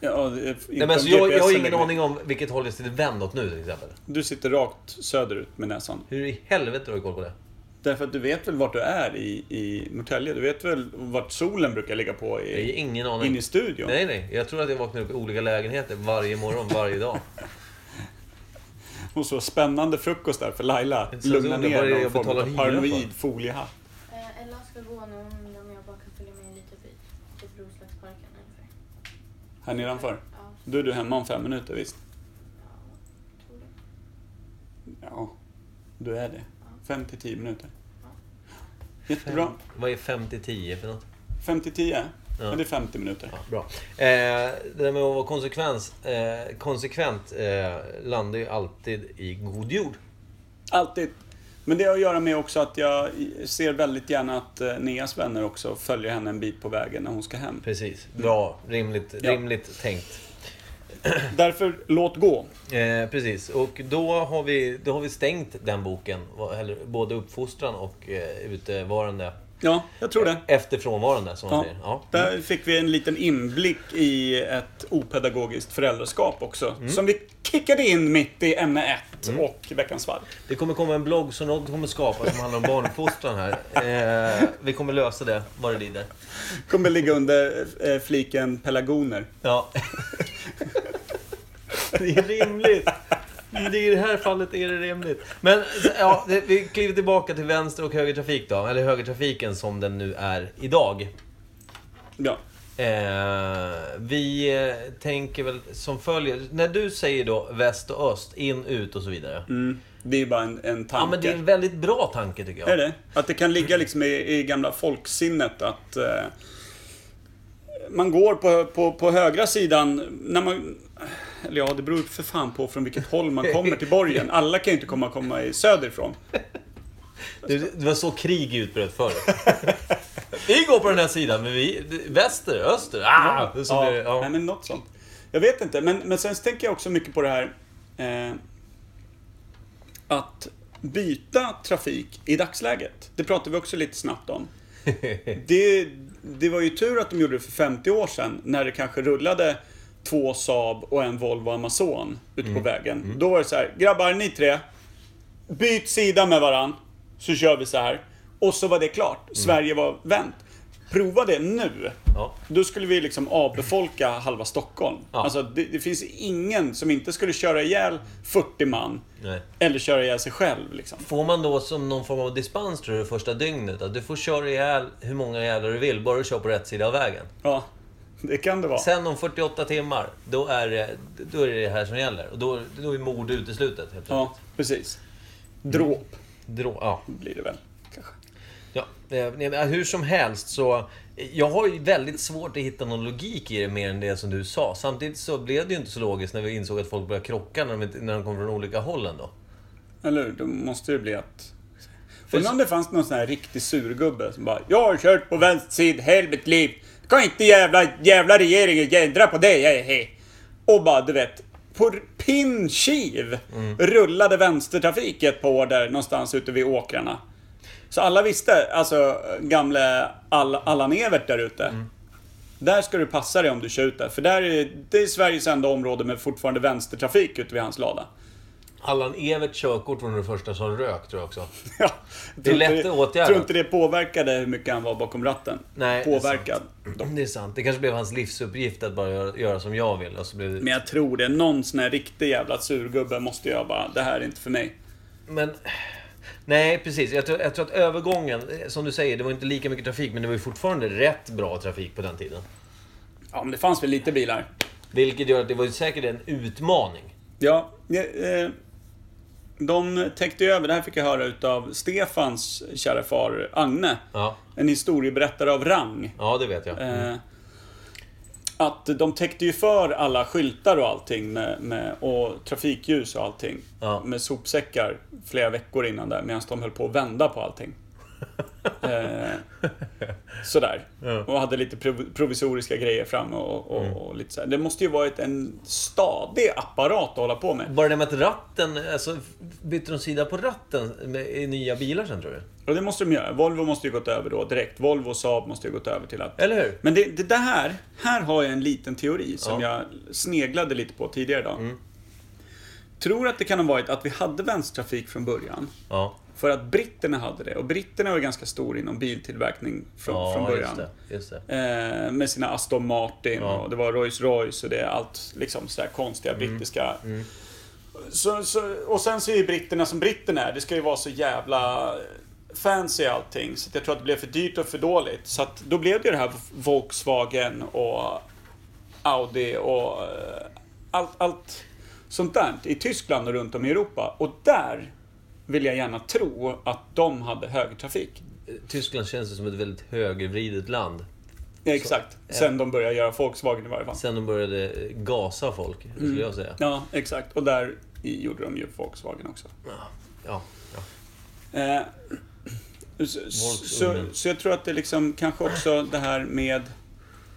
Speaker 5: Ja, det är
Speaker 2: Nej,
Speaker 5: inte
Speaker 2: men alltså,
Speaker 5: om
Speaker 2: jag, jag har
Speaker 5: GPSen
Speaker 2: ingen
Speaker 5: längre.
Speaker 2: aning om vilket håll jag sitter vänd åt nu till exempel.
Speaker 5: Du sitter rakt söderut med näsan.
Speaker 2: Hur i helvete har du koll på det?
Speaker 5: Därför att du vet väl vart du är i, i Norrtälje? Du vet väl vart solen brukar ligga på
Speaker 2: Jag har
Speaker 5: i,
Speaker 2: ingen aning.
Speaker 5: in i studion?
Speaker 2: Nej, nej. Jag tror att jag vaknar upp i olika lägenheter varje morgon, varje dag.
Speaker 5: Och så spännande frukost där för Laila.
Speaker 2: Så
Speaker 5: Lugna
Speaker 2: undrar vad
Speaker 5: ner
Speaker 2: det är
Speaker 5: någon
Speaker 2: jag
Speaker 5: form
Speaker 2: betalar
Speaker 5: av
Speaker 2: hyra
Speaker 5: paranoid
Speaker 2: för.
Speaker 5: foliehatt.
Speaker 6: Eh, Ella ska gå nu om om jag bara kan följa med en liten bit. Typ Roslagsparken ungefär.
Speaker 5: Här nedanför.
Speaker 6: Ja,
Speaker 5: Då är du hemma om fem minuter, visst?
Speaker 6: tror det.
Speaker 5: Ja, du är det. Fem till tio minuter. Jättebra.
Speaker 2: Vad är 50-10 för något?
Speaker 5: Fem till tio?
Speaker 2: Ja.
Speaker 5: Men det är 50 minuter.
Speaker 2: Ja, bra. Eh, det där med att vara konsekvens, eh, konsekvent eh, landar ju alltid i god jord.
Speaker 5: Alltid. Men det har att göra med också att jag ser väldigt gärna att eh, Neas vänner också följer henne en bit på vägen när hon ska hem.
Speaker 2: Precis. Bra. Mm. Rimligt,
Speaker 5: Ja.
Speaker 2: rimligt tänkt.
Speaker 5: Därför, låt gå.
Speaker 2: Eh, precis. Och då har, vi, då har vi stängt den boken. vad- eller Både uppfostran och eh, utevarande.
Speaker 5: Ja, jag tror det.
Speaker 2: Efterfrånvarande, som man
Speaker 5: Ja.
Speaker 2: säger. Ja.
Speaker 5: Där fick vi en liten inblick i ett opedagogiskt föräldraskap också. Som vi kickade in mitt i ämne 1 och veckans varv.
Speaker 2: Det kommer komma en blogg som någon kommer skapa som handlar om barnuppfostran här. Eh, vi kommer lösa det vad det lider.
Speaker 5: Kommer ligga under eh, fliken pelagoner.
Speaker 2: Ja. Det är rimligt. Det är I det här fallet är det rimligt. Men ja, det- vi kliver tillbaka till vänster och högertrafik då. Eller högertrafiken som den nu är idag.
Speaker 5: Ja.
Speaker 2: Eh, vi eh, tänker väl som följer. När du säger då väst och öst, in, ut och så vidare.
Speaker 5: Mm. Det är bara en, en tanke.
Speaker 2: Ja men det är en väldigt bra tanke tycker jag.
Speaker 5: Är det? Att det kan ligga liksom i, i gamla folksinnet att eh, man går på, på, på högra sidan när man... Eller ja, det beror ju för fan på från vilket håll man kommer till borgen. Alla kan ju inte komma, komma i söderifrån.
Speaker 2: Det, det var så krig utbröt förr. vi går på den här sidan, men vi... Väster, öster, ah! Så
Speaker 5: ja.
Speaker 2: blir det, ja.
Speaker 5: Nej, men något sånt. Jag vet inte, men, men sen så tänker jag också mycket på det här eh, att byta trafik i dagsläget. Det pratade vi också lite snabbt om. Det, det var ju tur att de gjorde det för 50 år sedan när det kanske rullade två Saab och en Volvo Amazon ute
Speaker 2: Mm.
Speaker 5: på vägen. Då var det så här, grabbar ni tre, byt sida med varann så kör vi så här. Och så var det klart.
Speaker 2: Mm.
Speaker 5: Sverige var vänt. Prova det nu.
Speaker 2: Ja.
Speaker 5: Då skulle vi liksom avbefolka halva Stockholm.
Speaker 2: Ja.
Speaker 5: Alltså, det, det finns ingen som inte skulle köra ihjäl 40 man.
Speaker 2: Nej.
Speaker 5: Eller köra ihjäl sig själv. Liksom.
Speaker 2: Får man då som någon form av dispens tror du första dygnet? Att du får köra ihjäl hur många jävlar du vill, bara du kör på rätt sida av vägen.
Speaker 5: Ja, det kan det vara.
Speaker 2: Sen om 48 timmar, då är det då är det, det här som gäller. Och då, då är mord uteslutet helt
Speaker 5: Ja, precis. Dråp
Speaker 2: Drå, ja.
Speaker 5: blir det väl. Kanske.
Speaker 2: Ja, eh, nej, men hur som helst så... Jag har ju väldigt svårt att hitta någon logik i det mer än det som du sa. Samtidigt så blev det ju inte så logiskt när vi insåg att folk började krocka när de, inte- när de kom från olika håll ändå.
Speaker 5: Eller hur? Då måste det bli att... Undrar om det fanns någon sån här riktig surgubbe som bara Jag har kört på vänster sida hela mitt liv. Kan inte jävla, jävla regeringen ändra på det. Jag är he. Och bara, du vet. På pinnkiv rullade vänstertrafik ett par år där någonstans ute vid åkrarna. Så alla visste, alltså gamle All Allan Evert där ute. Där ska du passa dig om du kör ut där. För där är, det är Sveriges enda område med fortfarande vänstertrafik ute vid hans lada.
Speaker 2: Allan Evert körkort var nog det första som rök tror jag också.
Speaker 5: Ja,
Speaker 2: Det är lätt att åtgärda.
Speaker 5: tror inte det påverkade hur mycket han var bakom ratten.
Speaker 2: Nej, det är
Speaker 5: Påverkad.
Speaker 2: Mm, Det är sant. Det kanske blev hans livsuppgift att bara göra, göra som jag vill. Och så blev det...
Speaker 5: Men jag tror det. Någon sån här riktig jävla surgubbe måste jag bara, det här är inte för mig.
Speaker 2: Men Nej, precis. Jag tror, jag tror att övergången, eh, som du säger, det var inte lika mycket trafik, men det var ju fortfarande rätt bra trafik på den tiden.
Speaker 5: Ja, men det fanns väl lite bilar.
Speaker 2: Vilket gör att det var ju säkert en utmaning.
Speaker 5: Ja, eh, de täckte ju över, det här fick jag höra utav Stefans kära far Agne.
Speaker 2: Ja,
Speaker 5: En historieberättare av rang.
Speaker 2: ja det vet jag.
Speaker 5: Eh, att de täckte ju för alla skyltar och allting med, med, och trafikljus och allting.
Speaker 2: Ja.
Speaker 5: Med sopsäckar flera veckor innan där medan de höll på att vända på allting. eh, sådär.
Speaker 2: Ja. Mm.
Speaker 5: Och hade lite prov- provisoriska grejer fram och, och, och lite sådär. Det måste ju varit en stadig apparat att hålla på med.
Speaker 2: Bara det med att ratten, alltså bytte de sida på ratten med, i nya bilar sen tror du?
Speaker 5: Och det måste de göra. Volvo måste ju gått över då direkt. Volvo och Saab måste ju gått över till att
Speaker 2: Eller hur?
Speaker 5: Men det, det där, här- här har jag en liten teori som
Speaker 2: Ja. Mm.
Speaker 5: jag sneglade lite på tidigare idag. Tror att det kan ha varit att vi hade vänstertrafik från början.
Speaker 2: Ja,
Speaker 5: För att britterna hade det. Och britterna var ju ganska stor inom biltillverkning från,
Speaker 2: ja
Speaker 5: från
Speaker 2: just
Speaker 5: början.
Speaker 2: det. Just det.
Speaker 5: Eh, med sina Aston Martin
Speaker 2: Ja.
Speaker 5: och det var Rolls Royce och det är allt liksom sådär konstiga brittiska. Så, så, och sen så är ju britterna som britterna är. Det ska ju vara så jävla fancy allting. Så att jag tror att det blev för dyrt och för dåligt. Så att då blev det ju det här Volkswagen och Audi och eh, allt, allt sånt där i Tyskland och runt om i Europa. Och där vill jag gärna tro att de hade högertrafik.
Speaker 2: Tyskland känns ju som ett väldigt högervridet land.
Speaker 5: Exakt. Sen de började göra Volkswagen i varje fall.
Speaker 2: Sen de började gasa folk,
Speaker 5: Mm.
Speaker 2: skulle jag säga.
Speaker 5: Ja, exakt. Och där i gjorde de ju Volkswagen också.
Speaker 2: Ja, ja.
Speaker 5: Eh, så, så, så jag tror att det liksom kanske också det här med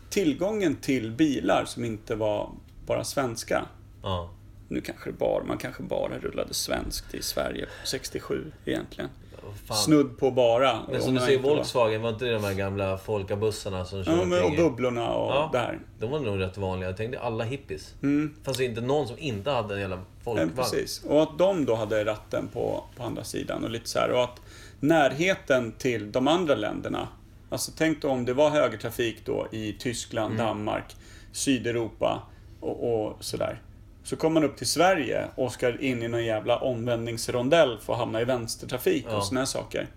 Speaker 5: tillgången till bilar som inte var bara svenska.
Speaker 2: ja.
Speaker 5: Nu kanske det bara, man kanske bara rullade svenskt i Sverige 67 egentligen.
Speaker 2: Vad fan.
Speaker 5: Snudd på bara.
Speaker 2: Men
Speaker 5: om
Speaker 2: som du
Speaker 5: jag
Speaker 2: säger,
Speaker 5: inte var-
Speaker 2: Volkswagen, var inte det de här gamla folkabussarna som körde
Speaker 5: Ja, men, och
Speaker 2: omkring i-
Speaker 5: bubblorna och
Speaker 2: Ja.
Speaker 5: det här.
Speaker 2: De var nog rätt vanliga. Jag tänkte alla hippies. Mm. Fanns det inte någon som inte hade en jävla
Speaker 5: Ja,
Speaker 2: folkvagn?
Speaker 5: precis. Och att de då hade ratten på, på andra sidan och lite så här. Och att närheten till de andra länderna. Alltså tänk då om det var högertrafik då i Tyskland, Danmark, Sydeuropa och, och sådär. Så kommer man upp till Sverige och ska in i någon jävla omvändningsrondell för att hamna i vänstertrafik
Speaker 2: Ja.
Speaker 5: och sådana saker.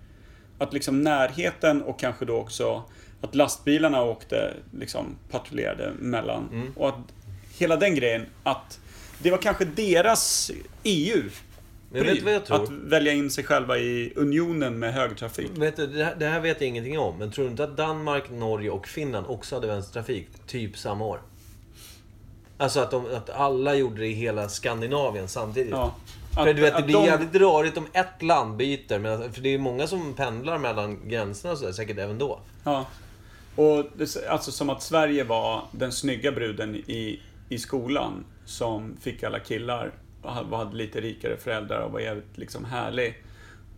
Speaker 5: Att liksom närheten och kanske då också att lastbilarna åkte, liksom patrullerade mellan.
Speaker 2: Mm.
Speaker 5: Och att hela den grejen, att det var kanske deras EU.
Speaker 2: Men vet du vad jag tror? Mm.
Speaker 5: Att välja in sig själva i unionen med högertrafik.
Speaker 2: Vet du, det, här, det här vet jag ingenting om, men tror du inte att Danmark, Norge och Finland också hade vänstertrafik typ samma år? Alltså att, de, att alla gjorde det i hela Skandinavien samtidigt.
Speaker 5: Ja.
Speaker 2: För du vet, det
Speaker 5: att
Speaker 2: blir
Speaker 5: de-
Speaker 2: jävligt rörigt om ett land byter. Men, alltså- för det är många som pendlar mellan gränserna och sådär, säkert även då.
Speaker 5: Ja. Och det, alltså som att Sverige var den snygga bruden i, i skolan som fick alla killar och hade, hade lite rikare föräldrar och var jävligt liksom härlig.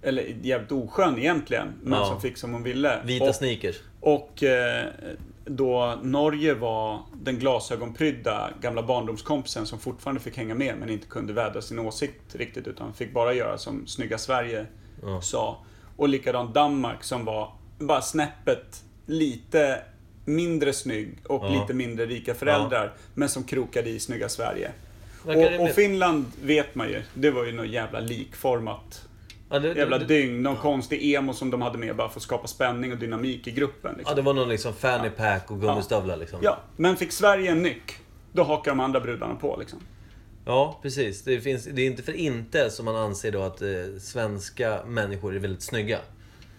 Speaker 5: Eller jävligt oskön egentligen, men
Speaker 2: Ja.
Speaker 5: som fick som hon ville.
Speaker 2: Vita
Speaker 5: och,
Speaker 2: sneakers.
Speaker 5: och eh, då Norge var den glasögonprydda gamla barndomskompisen som fortfarande fick hänga med men inte kunde vädra sin åsikt riktigt utan fick bara göra som snygga Sverige sa. Och likadant Danmark som var bara snäppet lite mindre snygg och lite mindre rika föräldrar men som krokade i snygga Sverige.
Speaker 2: Verkar
Speaker 5: Och, och
Speaker 2: rimligt.
Speaker 5: Finland vet man ju, det var ju något jävla likformat
Speaker 2: Ja, det,
Speaker 5: jävla
Speaker 2: det, det,
Speaker 5: dygn. Någon konstig emo som de hade med bara för att skapa spänning och dynamik i gruppen.
Speaker 2: ja,
Speaker 5: Liksom.
Speaker 2: det var någon liksom fanny pack och gummistövlar liksom.
Speaker 5: Ja, men fick Sverige en nyck, då hakar de andra brudarna på liksom.
Speaker 2: Ja, precis. Det, finns, det är inte för inte som man anser då att eh, svenska människor är väldigt snygga.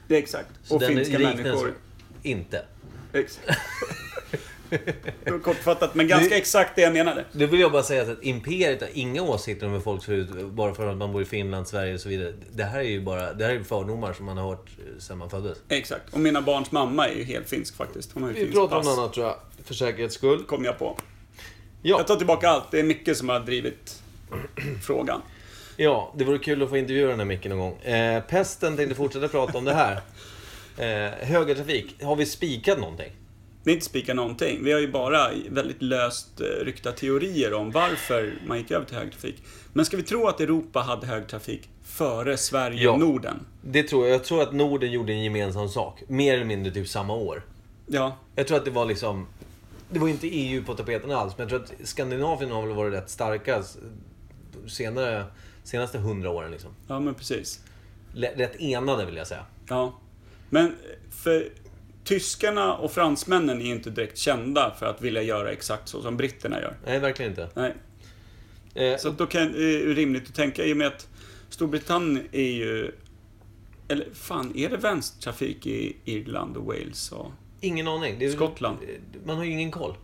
Speaker 5: Det är exakt.
Speaker 2: Så
Speaker 5: och
Speaker 2: den
Speaker 5: finska
Speaker 2: liknelsen-
Speaker 5: människor.
Speaker 2: Inte.
Speaker 5: Exakt. Det var Kortfattat, men ganska exakt det jag menade.
Speaker 2: Nu vill jag bara säga att Imperiet har inga åsikter om hur folk ser ut bara för att man bor i Finland, Sverige och så vidare. Det här är ju bara det här är ju fördomar som man har hört eh, sedan man föddes.
Speaker 5: Exakt. Och mina barns mamma är ju helt finsk faktiskt. Hon har ju finskt pass.
Speaker 2: annat tror jag, för säkerhets skull.
Speaker 5: Kom jag på.
Speaker 2: Ja,
Speaker 5: Jag tar tillbaka allt. Det är mycket som har drivit frågan.
Speaker 2: ja, det vore kul att få intervjua den här Micke någon gång. Eh, pesten tänkte fortsätta prata om det här. Eh, högertrafik, har vi spikat någonting?
Speaker 5: Vi har inte spikat någonting. Vi har ju bara väldigt löst eh, ryckta teorier om varför man gick över till högtrafik. Men ska vi tro att Europa hade högtrafik före Sverige
Speaker 2: Ja.
Speaker 5: och Norden?
Speaker 2: Det tror jag. Jag tror att Norden gjorde en gemensam sak. Mer eller mindre typ samma år.
Speaker 5: Ja,
Speaker 2: Jag tror att det var liksom... Det var inte EU på tapeten alls, men jag tror att Skandinavien har väl varit rätt starka s- senare, senaste hundra åren. Liksom.
Speaker 5: ja men precis.
Speaker 2: l- rätt enade vill jag säga.
Speaker 5: Ja. Men för tyskarna och fransmännen är inte direkt kända för att vilja göra exakt så som britterna gör.
Speaker 2: Nej, verkligen inte.
Speaker 5: Nej.
Speaker 2: Eh,
Speaker 5: Så att då kan, är det rimligt att tänka i och med att Storbritannien är ju... Eller fan, är det vänstertrafik i Irland och Wales? Och,
Speaker 2: ingen aning. Det är-
Speaker 5: Skottland.
Speaker 2: Man har ju ingen koll.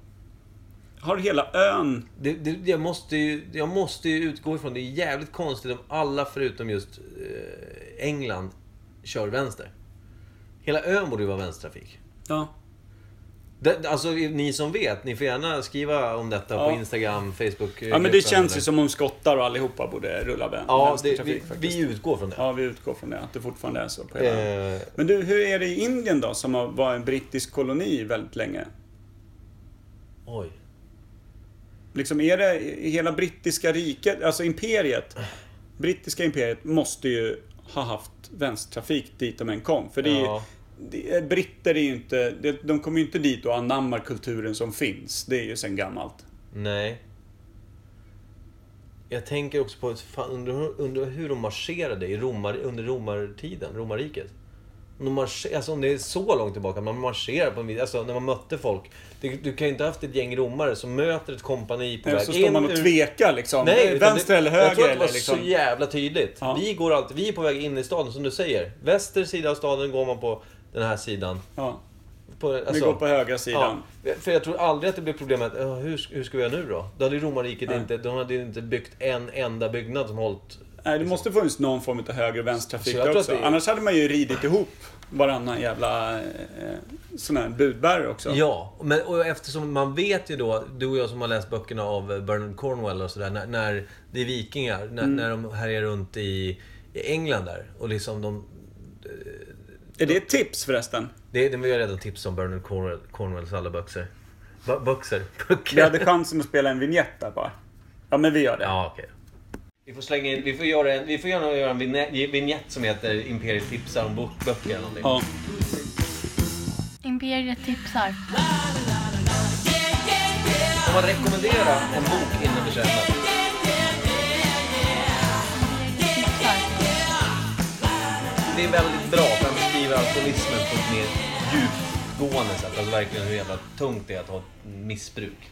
Speaker 5: har hela ön...
Speaker 2: Det, det, jag, måste ju, jag måste ju utgå ifrån, det är jävligt konstigt om alla förutom just eh, England kör vänster. Hela ön borde ju vara vänstertrafik.
Speaker 5: Ja.
Speaker 2: Det, alltså ni som vet, ni får gärna skriva om detta
Speaker 5: Ja.
Speaker 2: på Instagram, Facebook.
Speaker 5: ja, men det känns ju som om skottar och allihopa borde rulla vän,
Speaker 2: Ja, det,
Speaker 5: vänstertrafik
Speaker 2: vi,
Speaker 5: faktiskt.
Speaker 2: vi utgår från det.
Speaker 5: Ja, vi utgår från det. Att det fortfarande är så på hela ön.
Speaker 2: Eh,
Speaker 5: Men du, hur är det i Indien då, som har- var en brittisk koloni väldigt länge?
Speaker 2: oj.
Speaker 5: Liksom är det hela brittiska riket, alltså imperiet. Brittiska imperiet måste ju ha haft vänstertrafik dit de än kom. För det är,
Speaker 2: Ja.
Speaker 5: det är, britter är ju inte, det- de kommer ju inte dit och anammar kulturen som finns. Det är ju sen gammalt.
Speaker 2: Nej. Jag tänker också på, fan, undrar undra hur de marscherade i romar, under romartiden, romarriket. Om, de marscher, alltså om det är så långt tillbaka, man marscherar på en vid- alltså när man mötte folk. Du, du kan ju inte ha haft ett gäng romare som möter ett kompani på
Speaker 5: Nej,
Speaker 2: väg
Speaker 5: så står man och
Speaker 2: ur-
Speaker 5: tvekar liksom.
Speaker 2: Nej, utan
Speaker 5: Vänster
Speaker 2: det,
Speaker 5: eller höger?
Speaker 2: Jag tror att det var
Speaker 5: eller liksom.
Speaker 2: så jävla tydligt.
Speaker 5: Ja.
Speaker 2: Vi går alltid, vi är på väg in i staden som du säger. Väster sida av staden går man på den här sidan.
Speaker 5: ja,
Speaker 2: På, alltså,
Speaker 5: vi går på högra sidan.
Speaker 2: Ja, för jag tror aldrig att det blir problemet att "Ja, hur, hur ska vi göra nu då? Då hade ju romarriket
Speaker 5: Nej.
Speaker 2: inte, de hade ju inte byggt en enda byggnad som hållit...
Speaker 5: Nej, det måste funnits någon form av höger och vänstertrafik
Speaker 2: Så jag
Speaker 5: där
Speaker 2: tror
Speaker 5: också.
Speaker 2: att det är-
Speaker 5: Annars hade man ju ridit ihop varannan jävla eh, sån här budbärare också.
Speaker 2: Ja, men och eftersom man vet ju då, du och jag som har läst böckerna av eh, Bernard Cornwell och sådär, när, när det är vikingar, när, när de härjar runt i, i England där och liksom de...
Speaker 5: Är det ett tips förresten?
Speaker 2: Det, det var ju redan tips om Bernard Cornwell, Cornwells alla böcker. Bu- Böcker? Böcker?
Speaker 5: Vi hade chansen att spela en vignett där bara. Ja, men vi gör det.
Speaker 2: Ja, okej. Vi får slänga in, vi får göra en, vi får göra, göra en vignett- vignett som heter Imperiet tipsar om bok- böcker eller någonting.
Speaker 5: Ja.
Speaker 6: Imperiet tipsar.
Speaker 2: Får man rekommendera en bok innan vi köper? Det är väldigt bra för att beskriva alkoholismen på ett mer djupgående sätt. Alltså verkligen hur jävla tungt det är att ha ett missbruk.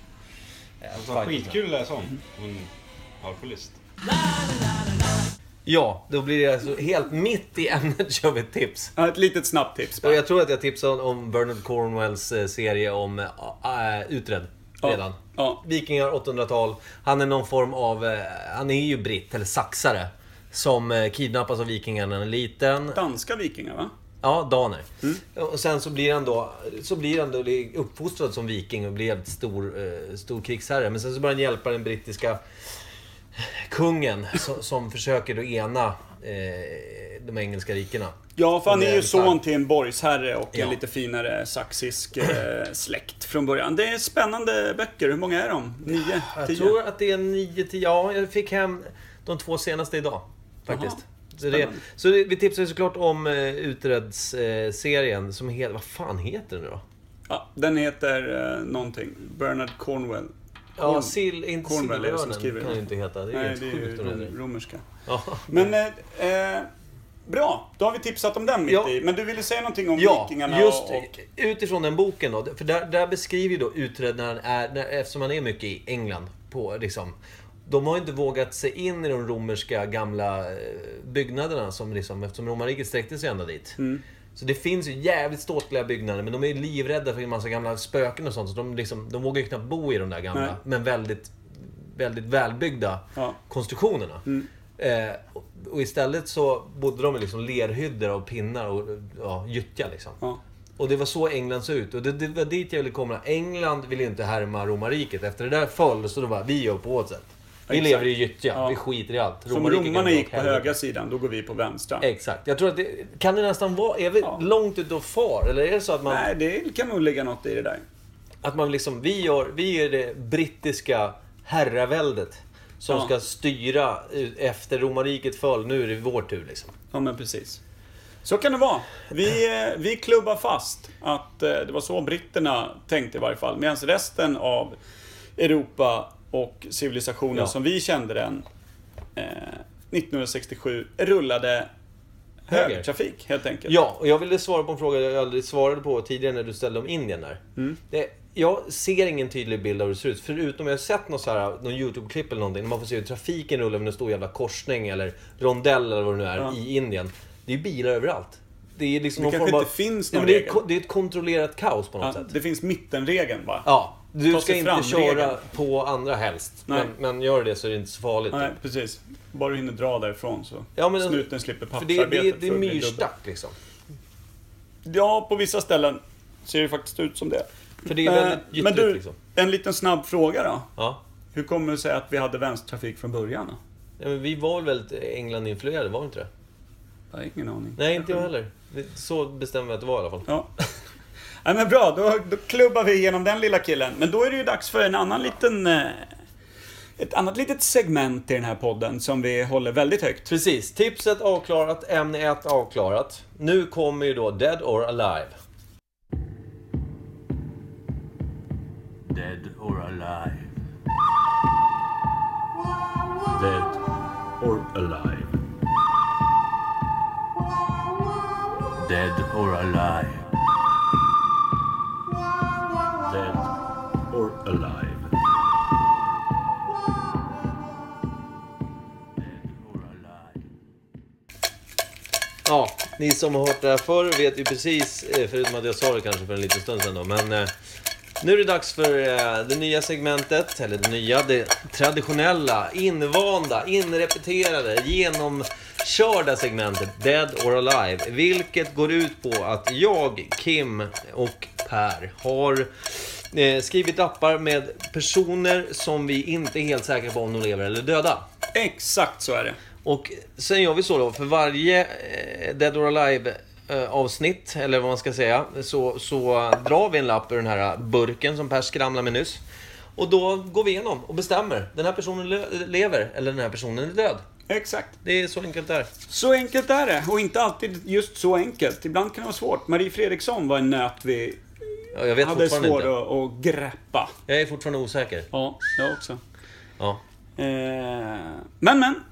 Speaker 2: Eh,
Speaker 5: Alltså,
Speaker 7: Det var skitkul att läsa om. En alkoholist.
Speaker 2: Ja, då blir det alltså helt mitt i ämnet kör vi ett tips.
Speaker 5: Ja, Ett litet snabbt tips
Speaker 2: Och
Speaker 5: bara.
Speaker 2: jag tror att jag tipsade om Bernard Cornwells eh, serie om äh, Utred redan.
Speaker 5: Ja.
Speaker 2: Vikingar 800-tal. Han är någon form av... eh, Han är ju britt, eller saxare. Som eh, kidnappas av vikingarna när han är liten.
Speaker 5: Danska vikingar va?
Speaker 2: Ja, daner. Och sen så blir han då, så blir han då uppfostrad som viking och blir jävligt stor, eh, stor krigsherre. Men sen så börjar han hjälpa den brittiska eh, kungen som, som försöker då ena eh, de engelska rikena.
Speaker 5: Ja, för han
Speaker 2: Och det
Speaker 5: är ju
Speaker 2: en stark-
Speaker 5: son till en borgsherre och
Speaker 2: Ja.
Speaker 5: en lite finare saxisk eh, släkt från början. Det är spännande böcker. Hur många är de? Nio?
Speaker 2: Jag
Speaker 5: Tio?
Speaker 2: tror att det är 9 10 Ja, jag fick hem de två senaste idag. Faktiskt. så det,
Speaker 5: Spännande.
Speaker 2: så det, vi tipsar ju såklart om eh, Utreds-serien eh, serien som heter... Vad fan heter den nu då?
Speaker 5: Ja, den heter eh, någonting. Bernard Cornwell.
Speaker 2: Ja,
Speaker 5: Corn-
Speaker 2: sill, inte
Speaker 5: Cornwell är det som skriver
Speaker 2: Silverbjörnen kan
Speaker 5: den.
Speaker 2: det inte heta. Det är
Speaker 5: Nej,
Speaker 2: helt
Speaker 5: det är
Speaker 2: sjukt om den
Speaker 5: ju
Speaker 2: heter.
Speaker 5: romerska.
Speaker 2: Ja.
Speaker 5: Men... Eh, eh, bra, då har vi tipsat om den mitt
Speaker 2: Ja.
Speaker 5: i. Men du ville säga någonting om
Speaker 2: Ja,
Speaker 5: vikingarna
Speaker 2: just
Speaker 5: och... och
Speaker 2: utifrån den boken då. För där, där beskriver ju då utredaren, är, när, eftersom han är mycket i England, på, liksom, de har ju inte vågat sig in i de romerska gamla eh, byggnaderna som liksom, eftersom romarriket sträckte sig ända dit.
Speaker 5: Mm.
Speaker 2: Så det finns ju jävligt ståtliga byggnader men de är ju livrädda för en massa gamla spöken och sånt. Så de, liksom, de vågar ju knappt bo i de där gamla,
Speaker 5: Nej.
Speaker 2: men väldigt, väldigt välbyggda
Speaker 5: Ja.
Speaker 2: konstruktionerna.
Speaker 5: Mm.
Speaker 2: Eh, och- och istället så bodde de i liksom lerhyddor av pinnar och ja, gyttja liksom.
Speaker 5: ja.
Speaker 2: Och det var så England såg ut. Och det, det var dit jag ville komma. England ville inte härma romarriket. Efter det där föll så då bara, vi gör på vårt sätt. Vi
Speaker 5: Exakt.
Speaker 2: lever i gyttja,
Speaker 5: Ja.
Speaker 2: vi skiter i allt.
Speaker 5: Som
Speaker 2: Romarriket kan
Speaker 5: romarna
Speaker 2: dra
Speaker 5: gick
Speaker 2: åt
Speaker 5: på
Speaker 2: helvete.
Speaker 5: högra sidan, då går vi på vänstra.
Speaker 2: Exakt. Jag tror att det, kan det nästan vara, är vi
Speaker 5: Ja.
Speaker 2: långt ute och far? Eller är det så att man,
Speaker 5: Nej, det kan nog ligga något i det där.
Speaker 2: att man liksom, vi gör, vi är det brittiska herraväldet. Som
Speaker 5: Ja.
Speaker 2: ska styra ut- efter romarriket föll. Nu är det vår tur liksom.
Speaker 5: Ja, men precis. Så kan det vara. Vi, eh, vi klubbar fast att eh, det var så britterna tänkte i varje fall. Medan resten av Europa och civilisationen
Speaker 2: Ja.
Speaker 5: som vi kände den eh, 1967 rullade
Speaker 2: höger.
Speaker 5: Högtrafik helt enkelt.
Speaker 2: Ja, och jag ville svara på en fråga jag aldrig svarade på tidigare när du ställde om Indien där. Det, jag ser ingen tydlig bild av hur det ser ut, förutom jag har sett någon, så här, någon YouTube-klipp eller någonting, när man får se hur trafiken rullar vid en stor jävla korsning eller rondell eller vad det nu är i Indien. Det är bilar överallt. Det är liksom
Speaker 5: Det
Speaker 2: någon
Speaker 5: kanske
Speaker 2: form av...
Speaker 5: inte finns
Speaker 2: Nej,
Speaker 5: någon
Speaker 2: men det, är,
Speaker 5: regel.
Speaker 2: ko- det är ett kontrollerat kaos på något
Speaker 5: Ja,
Speaker 2: sätt.
Speaker 5: det finns mittenregeln va?
Speaker 2: Ja, du
Speaker 5: Ta
Speaker 2: ska
Speaker 5: sig
Speaker 2: inte
Speaker 5: fram,
Speaker 2: köra
Speaker 5: regeln.
Speaker 2: på andra helst.
Speaker 5: Nej.
Speaker 2: Men, men gör det så är det inte så farligt.
Speaker 5: Nej, precis. Bara du hinner dra därifrån så
Speaker 2: Typ. Ja, men-
Speaker 5: snuten slipper
Speaker 2: För det,
Speaker 5: pappersarbetet.
Speaker 2: det, det är
Speaker 5: för att bli dubbel.
Speaker 2: myrstack liksom.
Speaker 5: Ja, på vissa ställen ser det faktiskt ut som det.
Speaker 2: För det är
Speaker 5: Eh,
Speaker 2: väldigt gyttrigt
Speaker 5: Men du,
Speaker 2: liksom.
Speaker 5: en liten snabb fråga då.
Speaker 2: Ja.
Speaker 5: Hur kommer det sig att vi hade vänstertrafik från början? Då?
Speaker 2: Ja, men vi var väl väldigt England-influerade, var vi inte det?
Speaker 5: Jag har ingen aning.
Speaker 2: Nej, inte jag heller. Det- Så bestämmer vi att det var i alla fall.
Speaker 5: Ja. Nej men bra, då, då klubbar vi igenom den lilla killen. Men då är det ju dags för en annan liten... eh, Ett annat litet segment i den här podden som vi håller väldigt högt.
Speaker 2: Precis. Tipset avklarat, ämne 1 avklarat. Nu kommer ju då Dead or Alive. Dead or Alive. Dead or Alive. Dead or Alive. Dead or Alive. Ja, ni som har hört det här förr vet ju precis, eh, förutom att jag sa det kanske för en liten stund sedan då, men eh, nu är det dags för eh, det nya segmentet, eller det nya, det traditionella, invanda, inrepeterade, genomkörda segmentet Dead or Alive. Vilket går ut på att jag, Kim och Per har eh, skrivit appar med personer som vi inte är helt säkra på om de lever eller är döda.
Speaker 5: Exakt så är det.
Speaker 2: Och sen gör vi så då, för varje eh, Dead or Alive eh, avsnitt, eller vad man ska säga, så, så eh, drar vi en lapp ur den här burken som Per skramlade med nyss. Och då går vi igenom och bestämmer. Den här personen le- lever, eller den här personen är död.
Speaker 5: Exakt.
Speaker 2: Det är så enkelt det är.
Speaker 5: Så enkelt är det. Och inte alltid just så enkelt. Ibland kan det vara svårt. Marie Fredriksson var en nöt vi
Speaker 2: Ja, Jag vet
Speaker 5: hade
Speaker 2: fortfarande
Speaker 5: svår
Speaker 2: inte.
Speaker 5: att, att greppa.
Speaker 2: Jag är fortfarande osäker.
Speaker 5: Ja, jag också.
Speaker 2: Ja.
Speaker 5: Eh, men men.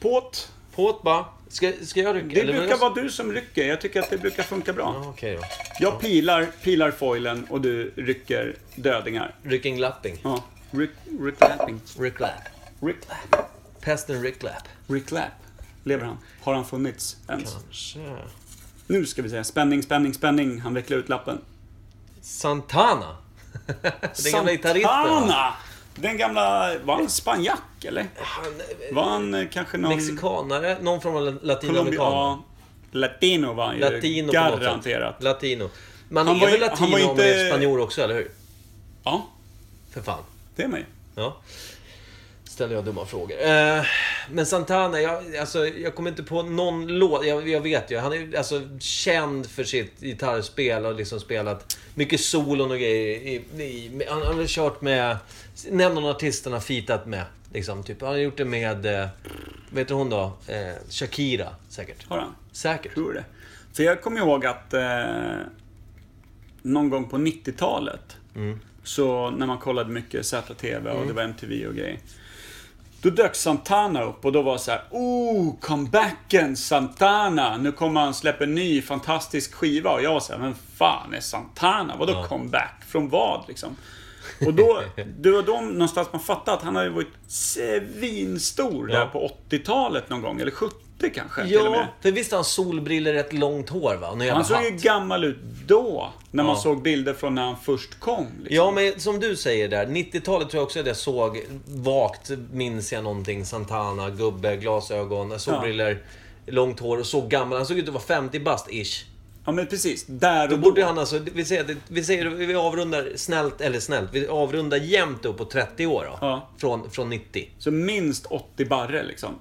Speaker 5: På't.
Speaker 2: På't bara. Ska, ska jag rycka?
Speaker 5: Det
Speaker 2: Eller
Speaker 5: brukar
Speaker 2: vad-
Speaker 5: vara du som rycker. Jag tycker att det brukar funka bra.
Speaker 2: Ja, Okej
Speaker 5: Jag pilar, pilar foilen och du rycker dödingar.
Speaker 2: då. Rycking lapping.
Speaker 5: Ja. Rick, ricklapping.
Speaker 2: Ricklap.
Speaker 5: Ricklap.
Speaker 2: Pesten ricklap.
Speaker 5: Ricklap. Lever han? Har han funnits ens?
Speaker 2: Kanske.
Speaker 5: Nu ska vi säga spänning, spänning, spänning. Han vecklar ut lappen.
Speaker 2: Santana. Den gamla gitarristen. va?
Speaker 5: Santana! Den gamla... Var han spanjack eller?
Speaker 2: Han,
Speaker 5: Var han eh, kanske någon...
Speaker 2: Mexikanare, någon form av
Speaker 5: Colombia-
Speaker 2: latinamerikan.
Speaker 5: Latino var han ju.
Speaker 2: Latino på något sätt.
Speaker 5: Garanterat.
Speaker 2: Latino. Man
Speaker 5: Han
Speaker 2: är
Speaker 5: var
Speaker 2: väl
Speaker 5: ju-
Speaker 2: latino
Speaker 5: han var
Speaker 2: om
Speaker 5: inte-
Speaker 2: man är spanjor också, eller hur?
Speaker 5: Ja,
Speaker 2: För fan.
Speaker 5: det är man ju.
Speaker 2: Ja. Ställer jag dumma frågor. Eh, men Santana, jag, alltså, jag kommer inte på någon låt. Jag, jag vet ju. Han är ju, alltså, känd för sitt gitarrspel och liksom spelat mycket solon och grejer. I, i, han han har kört med... Nämn någon artist han har fitat med. Liksom, typ. Han har gjort det med... eh, Vad heter hon då? Eh, Shakira, säkert.
Speaker 5: Har han?
Speaker 2: Säkert.
Speaker 5: tror det. För jag kommer ihåg att eh, någon gång på 90-talet,
Speaker 2: Mm.
Speaker 5: så när man kollade mycket ZTV och det var MTV och grejer. Då dök Santana upp och då var så här, oh, comebacken Santana! Nu kommer han släppa en ny fantastisk skiva och jag var så här, men fan är Santana? Vadå comeback? Från vad liksom? Och då, det var då någonstans man fattade att han hade varit svinstor där
Speaker 2: Ja.
Speaker 5: på 80-talet någon gång, eller 70 kanske till och med.
Speaker 2: Ja, för visst har han solbriller rätt långt hår va? Och nu
Speaker 5: Han såg ju gammal ut då, när man
Speaker 2: Ja.
Speaker 5: såg bilder från när han först kom. Liksom.
Speaker 2: Ja, men som du säger där. 90-talet tror jag också att jag såg vagt, minns jag någonting. Santana, gubbe, glasögon, solbriller, långt hår och så gammal. Han såg ut att vara 50 bast ish.
Speaker 5: Ja, men precis. Där och
Speaker 2: Då borde han alltså, vi säger, att- vi säger vi avrundar snällt, eller snällt, vi avrundar jämnt upp på 30 år då.
Speaker 5: Ja.
Speaker 2: Från, från 90.
Speaker 5: Så minst 80 barre liksom.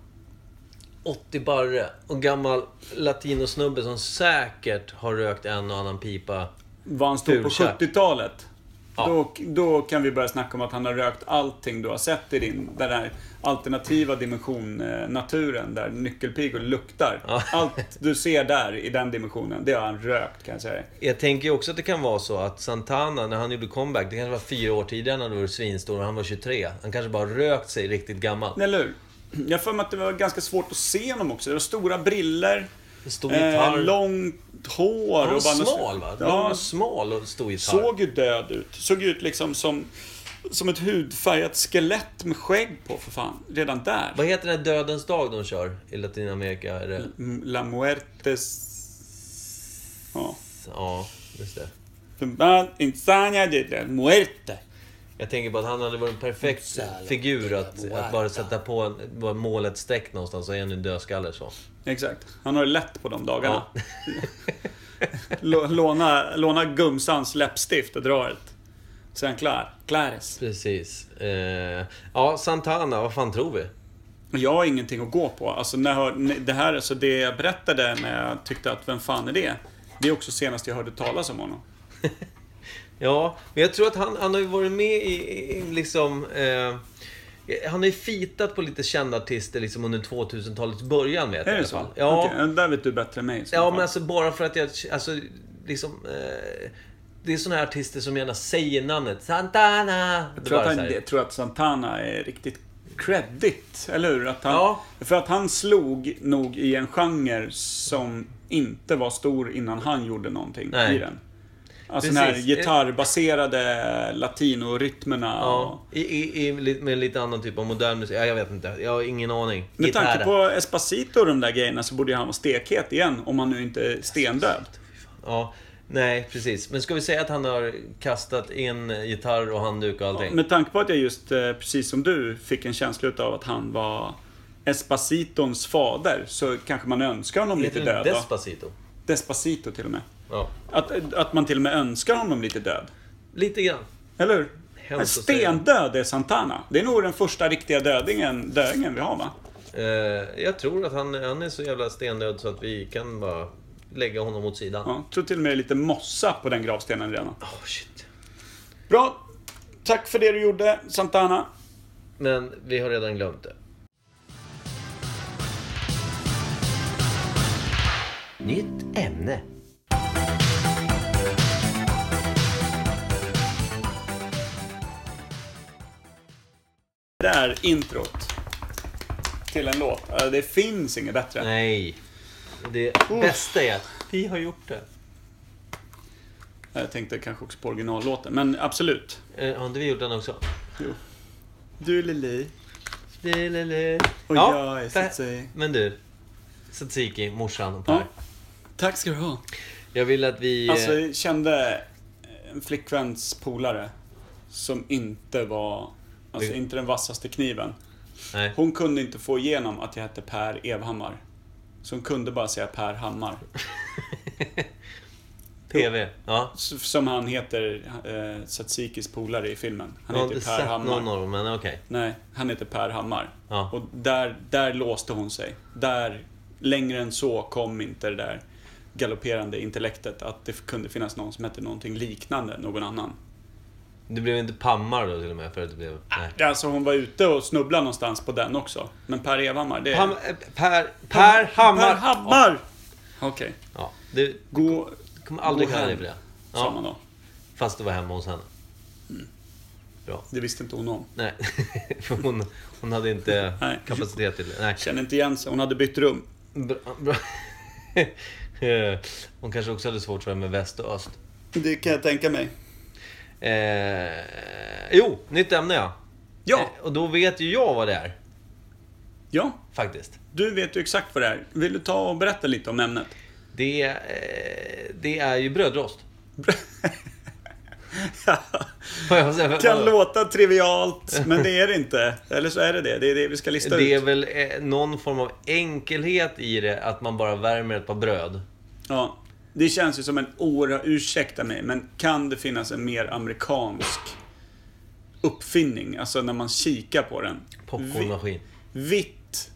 Speaker 2: 80 barre och gammal latinosnubbe som säkert har rökt en och annan pipa.
Speaker 5: Vad han stod på
Speaker 2: Fulkäpp.
Speaker 5: 70-talet.
Speaker 2: Ja.
Speaker 5: Då, då kan vi börja snacka om att han har rökt allting du har sett i din, den här alternativa dimension, eh, naturen, där nyckelpigor luktar. Allt du ser där i den dimensionen, det har han rökt kan jag säga.
Speaker 2: Jag tänker ju också att det kan vara så att Santana, när han gjorde comeback, det kanske var fyra år tidigare när han var svinstor och han var 23. Han kanske bara rökt sig riktigt gammal.
Speaker 5: Eller hur? Jag har för mig att det var ganska svårt att se honom också. Det var stora briller
Speaker 2: En stor
Speaker 5: Eh,
Speaker 2: gitarr.
Speaker 5: långt hår.
Speaker 2: Han var
Speaker 5: och bara-
Speaker 2: smal va? Lång
Speaker 5: Ja,
Speaker 2: och smal och stor gitarr.
Speaker 5: såg ju död ut. Såg ut liksom som, som ett hudfärgat skelett med skägg på för fan. Redan där.
Speaker 2: Vad heter den här Dödens dag de kör i Latinamerika? Är det...
Speaker 5: Mm, La Muertes... Ja.
Speaker 2: Ja, just det.
Speaker 5: Förband insania de la muerte.
Speaker 2: Jag tänker på att han hade varit en perfekt figur att, att bara sätta på en, bara måla ett streck någonstans och är han en dödskalle så.
Speaker 5: Exakt. Han har det lätt på de dagarna. Lå- låna, låna Gumsans läppstift och dra ett. Sen klar. Clares.
Speaker 2: Precis. Eh, ja, Santana, vad fan tror vi?
Speaker 5: Och Jag har ingenting att gå på. Alltså, när jag hör, när- det här, alltså det jag berättade när jag tyckte att vem fan är det? Det är också senast jag hörde talas om honom.
Speaker 2: Ja, men jag tror att han, han har ju varit med i, i i liksom... Eh, han har ju fitat på lite kända artister liksom under 2000-talets början vet jag
Speaker 5: Är
Speaker 2: i
Speaker 5: det
Speaker 2: alla
Speaker 5: så?
Speaker 2: fall. Ja,
Speaker 5: Okej, där vet du bättre än mig. i så
Speaker 2: ja
Speaker 5: fall.
Speaker 2: men alltså bara för att jag... Alltså, liksom, eh, det är såna här artister som gärna säger namnet. Santana!
Speaker 5: Jag
Speaker 2: Det
Speaker 5: tror,
Speaker 2: bara
Speaker 5: att
Speaker 2: så
Speaker 5: han,
Speaker 2: här.
Speaker 5: jag tror att Santana är riktigt credit, eller hur? Att han,
Speaker 2: Ja.
Speaker 5: För att han slog nog i en genre som inte var stor innan han gjorde någonting
Speaker 2: Nej.
Speaker 5: i den. Alltså den här
Speaker 2: Precis.
Speaker 5: gitarrbaserade latinorytmerna.
Speaker 2: Ja,
Speaker 5: och-
Speaker 2: i, i, i, li- med lite annan typ av modern musik. Ja, jag vet inte. Jag har ingen aning.
Speaker 5: Med
Speaker 2: Gitarr.
Speaker 5: tanke på Espacito och de där grejerna så borde ju han vara stekhet igen, om han nu inte är stendöd.
Speaker 2: Ja, nej, precis. Men ska vi säga att han har kastat in gitarr och handduk och allting?
Speaker 5: Med tanke på att jag just, eh, precis som du, fick en känsla utav att han var Espacitons fader, så kanske man önskar honom lite
Speaker 2: Heter den
Speaker 5: död. Despacito.
Speaker 2: Despacito.
Speaker 5: Despacito till och med.
Speaker 2: Ja.
Speaker 5: Att, att man till och med önskar honom lite död.
Speaker 2: Lite grann.
Speaker 5: Eller hur?
Speaker 2: Hemskt
Speaker 5: En
Speaker 2: att säga.
Speaker 5: stendöd är Santana. Det är nog den första riktiga dödingen, dödingen vi har va?
Speaker 2: Eh, jag tror att han, han är så jävla stendöd så att vi kan bara lägga honom åt sidan.
Speaker 5: Ja, jag tror till och med det är lite mossa på den gravstenen redan.
Speaker 2: Åh, shit.
Speaker 5: Bra! Tack för det du gjorde Santana.
Speaker 2: Men vi har redan glömt det. Nytt ämne.
Speaker 5: Det är introt. Till en låt. Eh, Det finns inget bättre.
Speaker 2: Nej. Det bästa är att vi har gjort det.
Speaker 5: Jag tänkte kanske också på originallåten, men absolut.
Speaker 2: Eh, har inte vi gjort den också?
Speaker 5: Du är Lili
Speaker 2: Lelele.
Speaker 5: och jag är Zetsi.
Speaker 2: Men du. Tzatziki, morsan och Per.
Speaker 5: Ja. Tack ska du
Speaker 2: Eh.
Speaker 5: ha.
Speaker 2: Jag vill att vi... eh,
Speaker 5: Alltså, jag kände en flickväns polare som inte var, alltså
Speaker 2: Det-
Speaker 5: inte den vassaste kniven.
Speaker 2: nej.
Speaker 5: Hon kunde inte få igenom att jag hette Per Evhammar. Så hon kunde bara säga Per Hammar.
Speaker 2: TV. Ja.
Speaker 5: S- Som han heter, eh, Satsikis polare i filmen. Han
Speaker 2: Jag har
Speaker 5: heter
Speaker 2: inte
Speaker 5: Per
Speaker 2: sett någon
Speaker 5: Hammar.
Speaker 2: av dem, men okej.
Speaker 5: Nej, han heter Per Hammar.
Speaker 2: Ja.
Speaker 5: Och där, där låste hon sig. Där, längre än så kom inte det där galopperande intellektet att det kunde finnas någon som hette någonting liknande någon annan.
Speaker 2: Du blev inte pammar då till och med? För att det blev... Nej.
Speaker 5: Alltså hon var ute och snubblade någonstans på den också. Men Per Evhammar, det är...
Speaker 2: Pam, eh, per, per Hammar!
Speaker 5: Per Hammar! Okej.
Speaker 2: Ja, du
Speaker 5: Gå,
Speaker 2: kommer aldrig
Speaker 5: Gå
Speaker 2: kalla dig
Speaker 5: hem.
Speaker 2: för det.
Speaker 5: sa man
Speaker 2: Ja,
Speaker 5: då.
Speaker 2: fast du var hemma hos henne. Bra.
Speaker 5: Det visste inte hon om.
Speaker 2: Nej, för hon, hon hade inte
Speaker 5: Nej.
Speaker 2: kapacitet till det. Nej.
Speaker 5: Kände inte igen sig. Hon hade bytt rum.
Speaker 2: Bra, bra. Eh, Hon kanske också hade svårt för det med väst och öst.
Speaker 5: Det kan jag tänka mig.
Speaker 2: Eh, jo, nytt ämne ja.
Speaker 5: Ja,
Speaker 2: Eh, och då vet ju jag vad det är,
Speaker 5: ja.
Speaker 2: faktiskt.
Speaker 5: Du vet ju exakt vad det är. Vill du ta och berätta lite om ämnet?
Speaker 2: Det, eh, det är ju brödrost. Får jag säga-
Speaker 5: kan låta trivialt, men det är det inte. Eller så är det det. Det är det vi ska lista
Speaker 2: Det är
Speaker 5: ut.
Speaker 2: väl eh, någon form av enkelhet i det, att man bara värmer ett par bröd.
Speaker 5: Ja. Det känns ju som en oerhörd... Ursäkta mig, men kan det finnas en mer amerikansk uppfinning? Alltså när man kikar på den.
Speaker 2: Popcornmaskin.
Speaker 5: vitt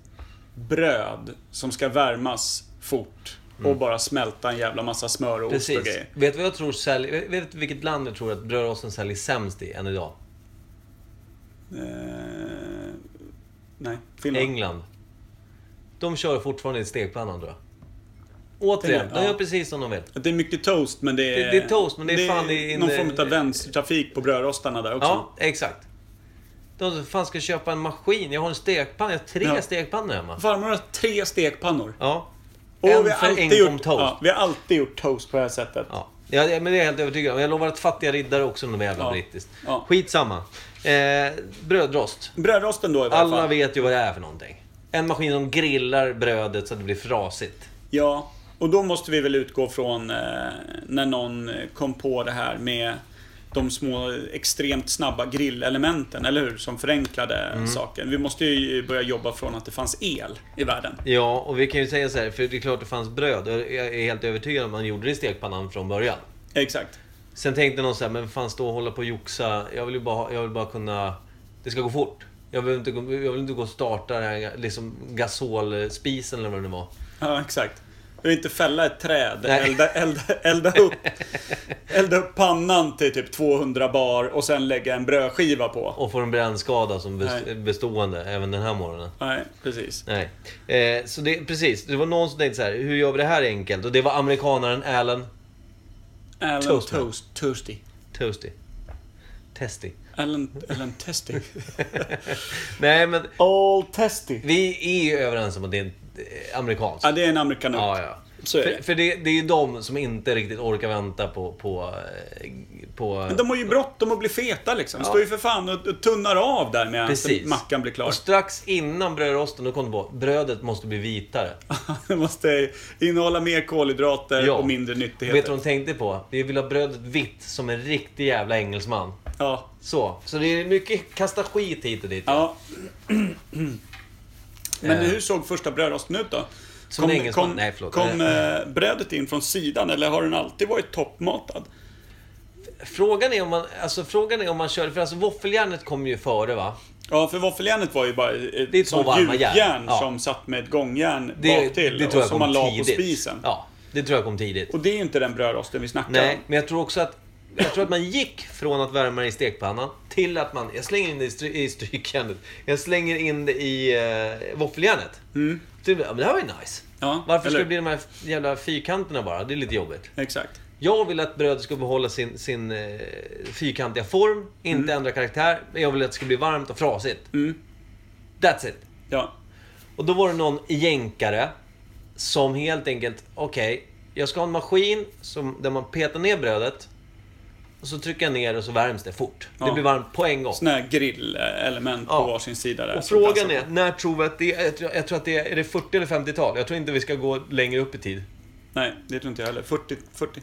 Speaker 5: bröd som ska värmas fort och bara smälta en jävla massa smör och ost och
Speaker 2: Mm. Precis.
Speaker 5: grejer.
Speaker 2: Vet du vad jag tror säljer... Vet du vilket land jag tror att brödrosten säljer sämst i än idag?
Speaker 5: Eh, nej, Finland.
Speaker 2: England. De kör fortfarande i stekpannan tror jag. Återigen,
Speaker 5: Det-
Speaker 2: de
Speaker 5: ja.
Speaker 2: gör precis som de vill.
Speaker 5: Det är mycket toast men det är...
Speaker 2: Det- det är toast, men det är fan i- eh,
Speaker 5: Någon form av vänstertrafik på brödrostarna där också.
Speaker 2: Ja, exakt. De fan ska köpa en maskin. Jag har en stekpanna. Jag har tre
Speaker 5: Ja.
Speaker 2: stekpannor hemma.
Speaker 5: Farmor har tre stekpannor.
Speaker 2: Ja.
Speaker 5: Och
Speaker 2: En
Speaker 5: vi har
Speaker 2: för
Speaker 5: alltid
Speaker 2: enkom
Speaker 5: gjort,
Speaker 2: toast.
Speaker 5: Ja, vi har alltid gjort toast på det här sättet.
Speaker 2: Ja. Ja, det- men det är jag helt övertygad om. Jag lovar att fattiga riddare också är något jävla
Speaker 5: Ja.
Speaker 2: brittiskt.
Speaker 5: Ja.
Speaker 2: Skitsamma. Eh, brödrost.
Speaker 5: Brödrosten då i alla
Speaker 2: Alla
Speaker 5: fall.
Speaker 2: vet ju vad det är för någonting. En maskin som grillar brödet så att det blir frasigt.
Speaker 5: Ja, och då måste vi väl utgå från eh, när någon eh, kom på det här med de små eh, extremt snabba grillelementen, eller hur? Som förenklade
Speaker 2: Mm.
Speaker 5: saken. Vi måste ju börja jobba från att det fanns el i världen.
Speaker 2: Ja, och vi kan ju säga så här, för det är klart det fanns bröd. Jag är helt övertygad om att man gjorde det i stekpannan från början.
Speaker 5: Exakt.
Speaker 2: Sen tänkte någon så här, men vad fan stå och hålla på och joxa. Jag vill ju bara, ha- jag vill bara kunna... Det ska gå fort. Jag vill inte, gå- jag vill inte gå och starta den här liksom, gasolspisen eller vad det nu var.
Speaker 5: Ja, exakt. Och inte fälla ett träd,
Speaker 2: Nej.
Speaker 5: elda, elda, elda, upp, elda upp pannan till typ 200 bar och sen lägga en brödskiva på.
Speaker 2: Och får en brännskada som
Speaker 5: Nej.
Speaker 2: best- bestående även den här morgonen.
Speaker 5: Nej, precis.
Speaker 2: Nej. Eh, så det, precis, det var någon som tänkte så här, hur gör vi det här enkelt? Och det var amerikanaren Alan
Speaker 5: Alan toast,
Speaker 2: Toastman.
Speaker 5: toast Toasty.
Speaker 2: Toasty. Testy.
Speaker 5: Alan, Alan Testy.
Speaker 2: Nej men,
Speaker 5: All Testy.
Speaker 2: vi är ju överens om att det är eh, amerikanskt.
Speaker 5: Ja, det är en amerikanot.
Speaker 2: Ja, ja.
Speaker 5: Så är
Speaker 2: för
Speaker 5: det.
Speaker 2: för det, det är ju de som inte riktigt orkar vänta på... på, eh, på
Speaker 5: Men de har ju bråttom att bli feta liksom. Står ju för fan och och tunnar av där medan
Speaker 2: Precis.
Speaker 5: mackan blir klar.
Speaker 2: Och strax innan brödrosten, då kom det på brödet måste bli vitare.
Speaker 5: Det måste innehålla mer kolhydrater
Speaker 2: Ja.
Speaker 5: och mindre nyttigheter.
Speaker 2: Vet du vad de tänkte på? Vi vill ha brödet vitt som en riktig jävla engelsman.
Speaker 5: Ja.
Speaker 2: Så. Så det är mycket kasta skit hit och dit.
Speaker 5: ja. Men
Speaker 2: Eh.
Speaker 5: hur såg första brödrosten ut då?
Speaker 2: Som en engelsman.
Speaker 5: kom,
Speaker 2: Nej, förlåt.
Speaker 5: kom eh, brödet in från sidan eller har den alltid varit toppmatad?
Speaker 2: Frågan är om man, alltså frågan är om man kör, för alltså våffeljärnet kom ju före va?
Speaker 5: Ja, för våffeljärnet var ju bara
Speaker 2: Det är
Speaker 5: ett
Speaker 2: två
Speaker 5: sånt
Speaker 2: varma järn.
Speaker 5: gjutjärn
Speaker 2: Ja.
Speaker 5: som satt med ett gångjärn bak till och som man la på spisen.
Speaker 2: Ja, det tror jag kom tidigt.
Speaker 5: Och det är ju inte den brödrosten vi snackar
Speaker 2: Nej,
Speaker 5: om.
Speaker 2: men jag tror också att jag tror att man gick från att värma det i stekpannan till att man... Jag slänger in det i, stry, i strykjärnet. Jag slänger in det i eh, våffeljärnet. Mm. Ja, men det här var ju nice.
Speaker 5: Ja,
Speaker 2: Varför ska
Speaker 5: eller-
Speaker 2: det bli de här jävla fyrkanterna bara? Det är lite jobbigt.
Speaker 5: Exakt.
Speaker 2: Jag vill att brödet ska behålla sin, sin eh, fyrkantiga form, inte
Speaker 5: Mm.
Speaker 2: ändra karaktär. Men jag vill att det ska bli varmt och frasigt. That's it.
Speaker 5: Ja.
Speaker 2: Och då var det någon jänkare som helt enkelt, okej, jag ska ha en maskin som, där man petar ner brödet. Och så trycker jag ner och så värms det fort.
Speaker 5: Ja.
Speaker 2: Det blir varmt på en gång.
Speaker 5: Såna här grillelement
Speaker 2: Ja.
Speaker 5: på varsin sida där.
Speaker 2: Och
Speaker 5: som
Speaker 2: frågan
Speaker 5: dansar
Speaker 2: är,
Speaker 5: på.
Speaker 2: när tror vi att det är? Jag tror, jag tror att det är, är det 40 eller 50-tal? Jag tror inte vi ska gå längre upp i tid.
Speaker 5: Nej, det tror inte jag heller. 40... 40.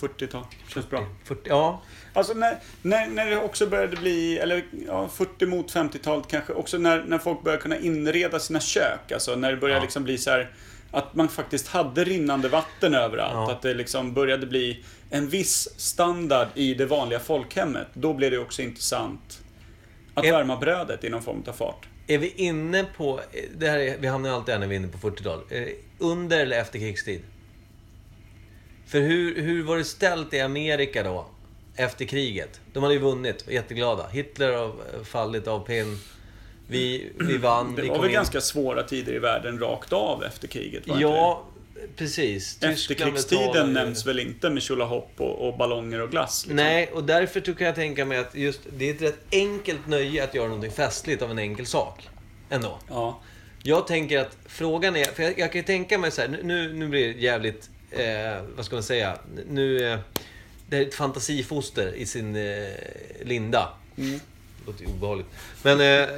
Speaker 5: 40-tal. Känns bra.
Speaker 2: 40, ja.
Speaker 5: Alltså när, när, när det också började bli, eller ja, 40 mot 50-talet kanske, också när, när folk började kunna inreda sina kök. Alltså när det började
Speaker 2: Ja.
Speaker 5: liksom bli så här att man faktiskt hade rinnande vatten överallt.
Speaker 2: Ja.
Speaker 5: Att det liksom började bli en viss standard i det vanliga folkhemmet. Då blev det också intressant att
Speaker 2: Är-
Speaker 5: värma brödet i någon form av fart.
Speaker 2: Är vi inne på, det här är, vi hamnar ju alltid här när vi är inne på 40-tal. Är det Under eller efter krigstid? För hur, hur var det ställt i Amerika då? Efter kriget. De hade ju vunnit och jätteglada. Hitler har eh, fallit av pinn. Vi, vi vann.
Speaker 5: Det
Speaker 2: vi
Speaker 5: var
Speaker 2: kom
Speaker 5: väl
Speaker 2: in.
Speaker 5: ganska svåra tider i världen rakt av efter kriget? var det inte det?
Speaker 2: Ja, precis. Tyskland betalar
Speaker 5: Efterkrigstiden
Speaker 2: ju-
Speaker 5: nämns väl inte med tjolahopp och, och ballonger och glass? Liksom.
Speaker 2: Nej, och därför tycker jag tänka mig att just, det är ett rätt enkelt nöje att göra någonting festligt av en enkel sak. Ändå.
Speaker 5: Ja.
Speaker 2: Jag tänker att frågan är, för jag, jag kan ju tänka mig så här, nu, nu blir det jävligt, eh, vad ska man säga, nu, eh, det här är ett fantasifoster i sin eh, linda. Låter ju obehagligt. Men eh,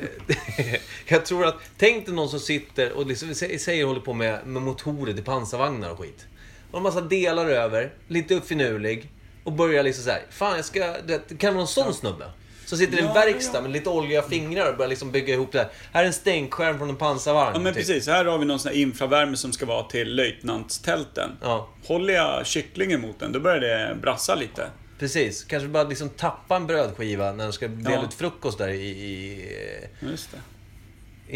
Speaker 2: jag tror att, tänk dig någon som sitter och liksom, sä- säger håller på med, med motorer till pansarvagnar och skit. Och en massa delar över, lite finurlig och börjar liksom så här, fan jag ska, du vet, det kan vara en sån snubbe. Som sitter i en
Speaker 5: Ja,
Speaker 2: verkstad
Speaker 5: ja.
Speaker 2: med lite oljiga fingrar och börjar liksom bygga ihop det här. Här är en stänkskärm från en pansarvagn.
Speaker 5: Ja men
Speaker 2: typ.
Speaker 5: precis, här har vi någon sån här infravärme som ska vara till löjtnantstälten.
Speaker 2: Ja.
Speaker 5: Håller jag kycklingen mot den, då börjar det brassa lite.
Speaker 2: Precis, kanske bara liksom tappa en brödskiva när de ska dela
Speaker 5: Ja.
Speaker 2: ut frukost där i, i,
Speaker 5: Just det.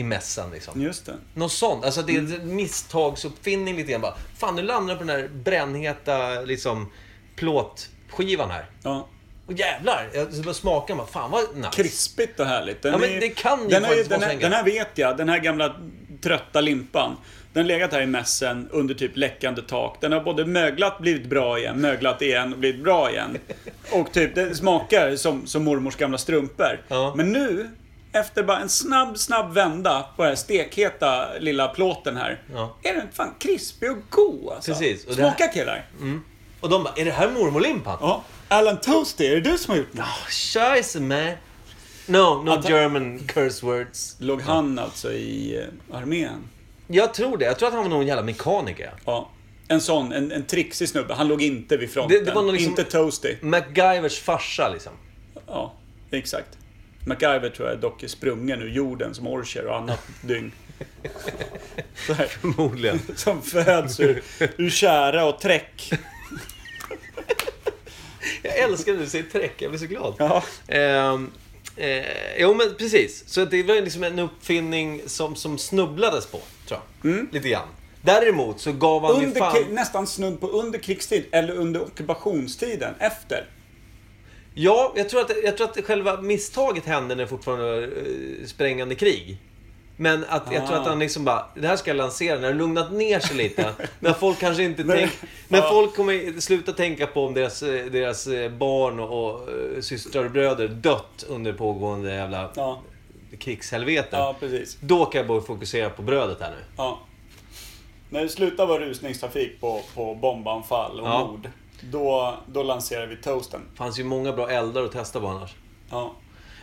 Speaker 2: i mässan. Liksom.
Speaker 5: Just det.
Speaker 2: Något sånt. Alltså att det
Speaker 5: Mm.
Speaker 2: är en misstagsuppfinning lite grann. Bara, Fan, nu landar den på den här brännheta liksom, plåtskivan här.
Speaker 5: Ja.
Speaker 2: Och jävlar! Jag så bara smakar bara, fan vad nice.
Speaker 5: Krispigt och härligt. Den
Speaker 2: Ja, men
Speaker 5: är-
Speaker 2: det kan ju
Speaker 5: den, har
Speaker 2: faktiskt vara
Speaker 5: den,
Speaker 2: så
Speaker 5: här,
Speaker 2: enkelt.
Speaker 5: den här vet jag, den här gamla trötta limpan. Den har legat här i mässen under typ läckande tak. Den har både möglat, blivit bra igen, möglat igen och blivit bra igen. Och typ, den smakar som, som mormors gamla strumpor.
Speaker 2: Ja.
Speaker 5: Men nu, efter bara en snabb, snabb vända på den här stekheta lilla plåten här.
Speaker 2: Ja.
Speaker 5: Är den fan krispig och god alltså.
Speaker 2: Precis, och det här-
Speaker 5: Smaka killar.
Speaker 2: Och de bara, är det här mormorlimpan?
Speaker 5: Ja. Alan Toasty, är det du som har gjort den?
Speaker 2: Oh, scheisse man. No, no
Speaker 5: Att-
Speaker 2: German curse words.
Speaker 5: Låg han alltså i eh, armén?
Speaker 2: Jag tror det. Jag tror att han var någon jävla mekaniker.
Speaker 5: Ja. En sån, en, en trixig snubbe. Han låg inte vid fronten.
Speaker 2: Det- det var någon liksom-
Speaker 5: Inte Toasty.
Speaker 2: MacGyvers farsa liksom.
Speaker 5: Ja, exakt. MacGyver tror jag dock är sprungen ur jorden som orcher och annat dygn. Så här,
Speaker 2: Förmodligen.
Speaker 5: som föds ur, ur kära och träck.
Speaker 2: Jag älskar när du säger träck. Jag blir så glad.
Speaker 5: Ja.
Speaker 2: Ehm, eh, jo men precis. Så det var ju liksom en uppfinning som, som snubblades på, tror jag. Lite grann. Däremot så gav han ju
Speaker 5: Under,
Speaker 2: fan...
Speaker 5: kri- nästan snudd på under krigstid eller under ockupationstiden efter.
Speaker 2: Ja, jag tror, att, jag tror att själva misstaget hände när det fortfarande var eh, sprängande krig. Men att, jag
Speaker 5: Ah.
Speaker 2: tror att han liksom bara, det här ska jag lansera när det har lugnat ner sig lite. när folk kanske inte tänk, När folk kommer sluta tänka på om deras, eh, deras eh, barn och, och eh, systrar och bröder dött under pågående jävla
Speaker 5: Ja,
Speaker 2: krigshelvete.
Speaker 5: ja precis.
Speaker 2: Då kan jag börja fokusera på brödet här nu.
Speaker 5: Ja. När det slutar vara rusningstrafik på, på bombanfall och
Speaker 2: Ja.
Speaker 5: mord, då, då lanserar vi toasten.
Speaker 2: fanns ju många bra eldar att testa på annars.
Speaker 5: Ja,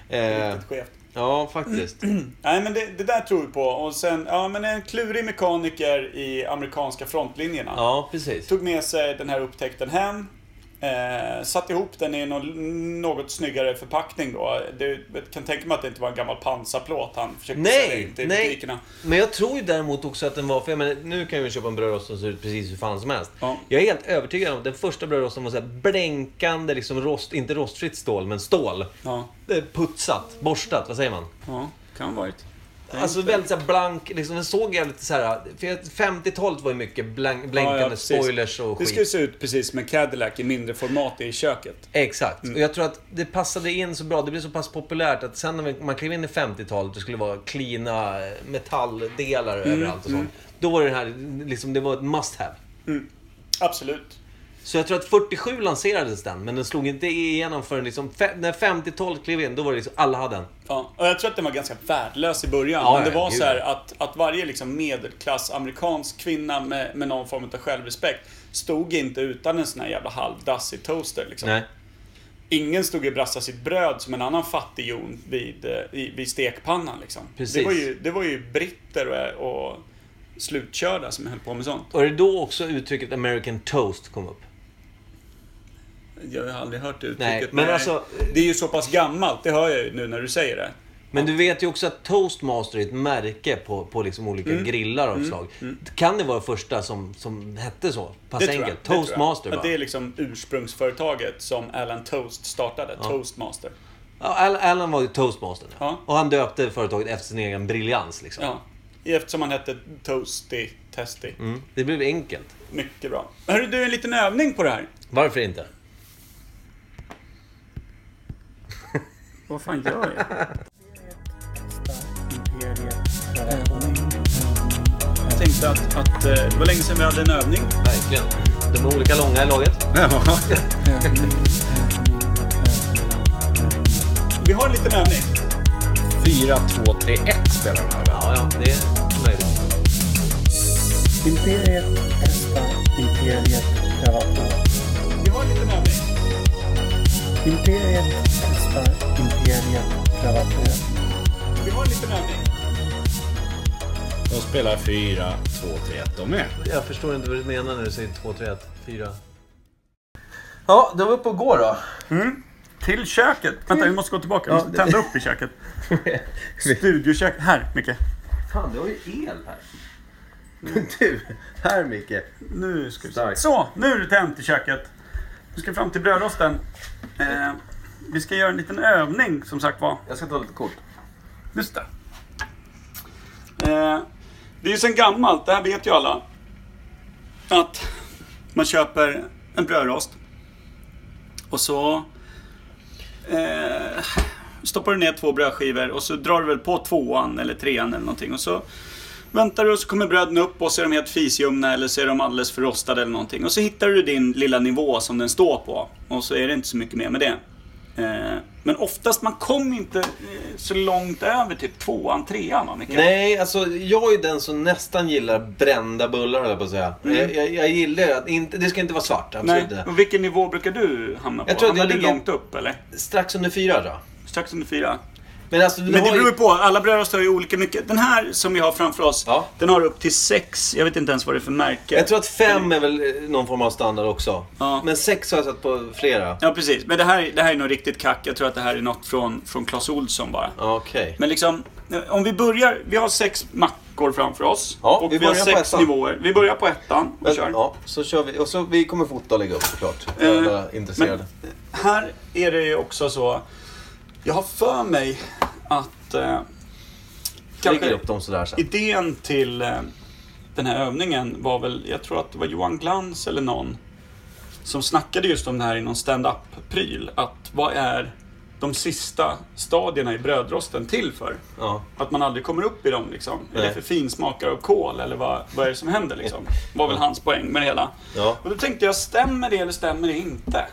Speaker 2: Eh,
Speaker 5: riktigt skevt.
Speaker 2: ja, faktiskt.
Speaker 5: Nej men det, det där tror vi på. Och sen, ja men en klurig mekaniker i amerikanska frontlinjerna.
Speaker 2: Ja, precis.
Speaker 5: Tog med sig den här upptäckten hem. Eh, satt ihop den i någon, något snyggare förpackning då. Det, jag kan tänka mig att det inte var en gammal pansarplåt han försökte sälja
Speaker 2: Nej,
Speaker 5: in till
Speaker 2: nej.
Speaker 5: butikerna.
Speaker 2: Men jag tror ju däremot också att den var... För jag menar, nu kan jag ju köpa en brödrost som ser ut precis hur fan som helst.
Speaker 5: Ja.
Speaker 2: Jag är helt övertygad om att den första brödrosten var så här blänkande, liksom rost, inte rostfritt stål, men stål.
Speaker 5: Ja,
Speaker 2: Eh, Putsat, borstat, vad säger man?
Speaker 5: ja, kan ha varit.
Speaker 2: Alltså väldigt så här blank, liksom, den såg jävligt så här... För jag- 50-talet var ju mycket blank, blänkande
Speaker 5: Ja, ja, precis.
Speaker 2: spoilers och
Speaker 5: Det
Speaker 2: skit.
Speaker 5: skulle se ut precis som en Cadillac i mindre format i köket.
Speaker 2: Exakt.
Speaker 5: Mm.
Speaker 2: Och jag tror att det passade in så bra. Det blev så pass populärt att sen när man klev in i 50-talet det skulle vara klina metalldelar
Speaker 5: Mm,
Speaker 2: överallt och sånt. Då var det här, liksom, det var ett must have.
Speaker 5: Absolut.
Speaker 2: Så jag tror att 47 lanserades den, men den slog inte igenom förrän liksom, fe- när 50-talet klev in, då var det liksom, alla hade den.
Speaker 5: Ja, och jag tror att den var ganska värdelös i början.
Speaker 2: Ja,
Speaker 5: men det
Speaker 2: ja,
Speaker 5: var
Speaker 2: gud.
Speaker 5: så här att, att varje liksom medelklass amerikansk kvinna med, med någon form av självrespekt stod inte utan en sån här jävla halvdassig toaster. Liksom.
Speaker 2: Nej.
Speaker 5: Ingen stod och brassade sitt bröd som en annan fattighjon vid, eh, i, vid stekpannan. Liksom.
Speaker 2: Precis.
Speaker 5: Det, var ju, det var ju britter och, och slutkörda som höll på med sånt.
Speaker 2: Och det är då också uttrycket American toast kom upp.
Speaker 5: Jag har aldrig hört det uttrycket.
Speaker 2: Nej, men alltså-
Speaker 5: det är ju så pass gammalt, det hör jag ju nu när du säger det.
Speaker 2: Men du vet ju också att Toastmaster är ett märke på, på liksom olika
Speaker 5: Mm.
Speaker 2: grillar av slag. Kan det vara första som, som hette så? Pass
Speaker 5: tror jag,
Speaker 2: enkelt.
Speaker 5: tror jag.
Speaker 2: Alltså, Toastmaster
Speaker 5: Att
Speaker 2: bara.
Speaker 5: Det är liksom ursprungsföretaget som Alan Toast startade, Toastmaster.
Speaker 2: Ja, Al- Alan var ju toastmaster.
Speaker 5: Ja.
Speaker 2: Och han döpte företaget efter sin egen briljans. Liksom.
Speaker 5: Ja. Eftersom han hette Toasty Testy.
Speaker 2: Mm. Det blev enkelt.
Speaker 5: Mycket bra. Hörru du, en liten övning på det här.
Speaker 2: Varför inte?
Speaker 1: Vad fan gör jag?
Speaker 5: Jag tänkte att, att eh, det var länge sedan vi hade en övning.
Speaker 2: Verkligen. De är olika långa i laget.
Speaker 1: Ja.
Speaker 5: Vi har en liten övning.
Speaker 8: 4, 2, 3, 1 spelar den här. va?
Speaker 2: Ja, ja, det är möjligt.
Speaker 9: Imperiet testar, Imperiet prövar på.
Speaker 5: Vi har en liten övning.
Speaker 9: Imperiet testar, Imperiet prövar på.
Speaker 5: Vi har en liten övning.
Speaker 7: De spelar 4, 2, 3, 1 de med.
Speaker 2: Jag förstår inte vad du menar när du säger 2, 3, 1, 4. Ja, då var vi uppe och går då.
Speaker 1: Till köket. Vänta, vi måste gå tillbaka. Vi måste tända upp i köket. Studiokök. Här, Micke.
Speaker 8: Fan, det var ju el här. Du, här Micke.
Speaker 1: Nu ska vi se.
Speaker 8: Starkt.
Speaker 1: Så, nu är det tänt i köket. Nu ska vi fram till brödrosten. Eh, vi ska göra en liten övning, som sagt var.
Speaker 8: Jag ska ta lite kort.
Speaker 1: Just det.
Speaker 5: Eh, det är ju sen gammalt, det här vet ju alla. Att man köper en brödrost. Och så eh, stoppar du ner två brödskivor och så drar du väl på tvåan eller trean eller någonting. Och så väntar du och så kommer bröden upp och så är de helt fisljumna eller så är de alldeles för rostade eller någonting. Och så hittar du din lilla nivå som den står på. Och så är det inte så mycket mer med det. Eh, Men oftast, man kom inte eh, så långt över typ tvåan, trean va Mikael?
Speaker 2: Nej, alltså jag är den som nästan gillar brända bullar höll jag på att säga. Jag, jag, jag gillar ju att inte, det ska inte vara svart, absolut
Speaker 5: Mm. Nej.
Speaker 2: inte.
Speaker 5: Och vilken nivå brukar du hamna på?
Speaker 2: Jag tror att jag
Speaker 5: Hamnar du
Speaker 2: ligger-
Speaker 5: långt upp eller?
Speaker 2: Strax under fyra då.
Speaker 5: Strax under fyra?
Speaker 2: Men alltså, du
Speaker 5: Men det
Speaker 2: har ju-
Speaker 5: beror ju på. Alla brödrostar har ju olika mycket. Den här som vi har framför oss,
Speaker 2: Ja.
Speaker 5: den har upp till sex. Jag vet inte ens vad det är för märke.
Speaker 2: Jag tror att fem är väl eh, någon form av standard också.
Speaker 5: Ja.
Speaker 2: Men sex har jag sett på flera.
Speaker 5: Ja, precis. Men det här, det här är nog riktigt kack. Jag tror att det här är något från, från Clas Ohlson bara.
Speaker 2: Okej.
Speaker 5: Men liksom, om vi börjar. Vi har sex mackor framför oss.
Speaker 2: Ja,
Speaker 5: och
Speaker 2: vi
Speaker 5: vi, har
Speaker 2: börjar på
Speaker 5: sex
Speaker 2: ettan.
Speaker 5: nivåer. Vi börjar på ettan och
Speaker 2: Men,
Speaker 5: kör.
Speaker 2: ja, så kör vi. Och så, vi kommer fota och lägga upp såklart.
Speaker 5: Eh,
Speaker 2: För alla intresserade.
Speaker 5: Här är det ju också så. Jag har för mig att... Eh,
Speaker 2: Jag lägger upp dem sådär sen.
Speaker 5: idén till eh, den här övningen var väl, jag tror att det var Johan Glans eller någon som snackade just om det här i någon stand-up-pryl. Att vad är de sista stadierna i brödrosten till för?
Speaker 2: Ja.
Speaker 5: Att man aldrig kommer upp i dem liksom. Är det
Speaker 2: Nej.
Speaker 5: för finsmakare av kol eller vad, vad är det som händer liksom? Var väl hans poäng med det hela.
Speaker 2: Ja.
Speaker 5: Och då tänkte jag, stämmer det eller stämmer det inte?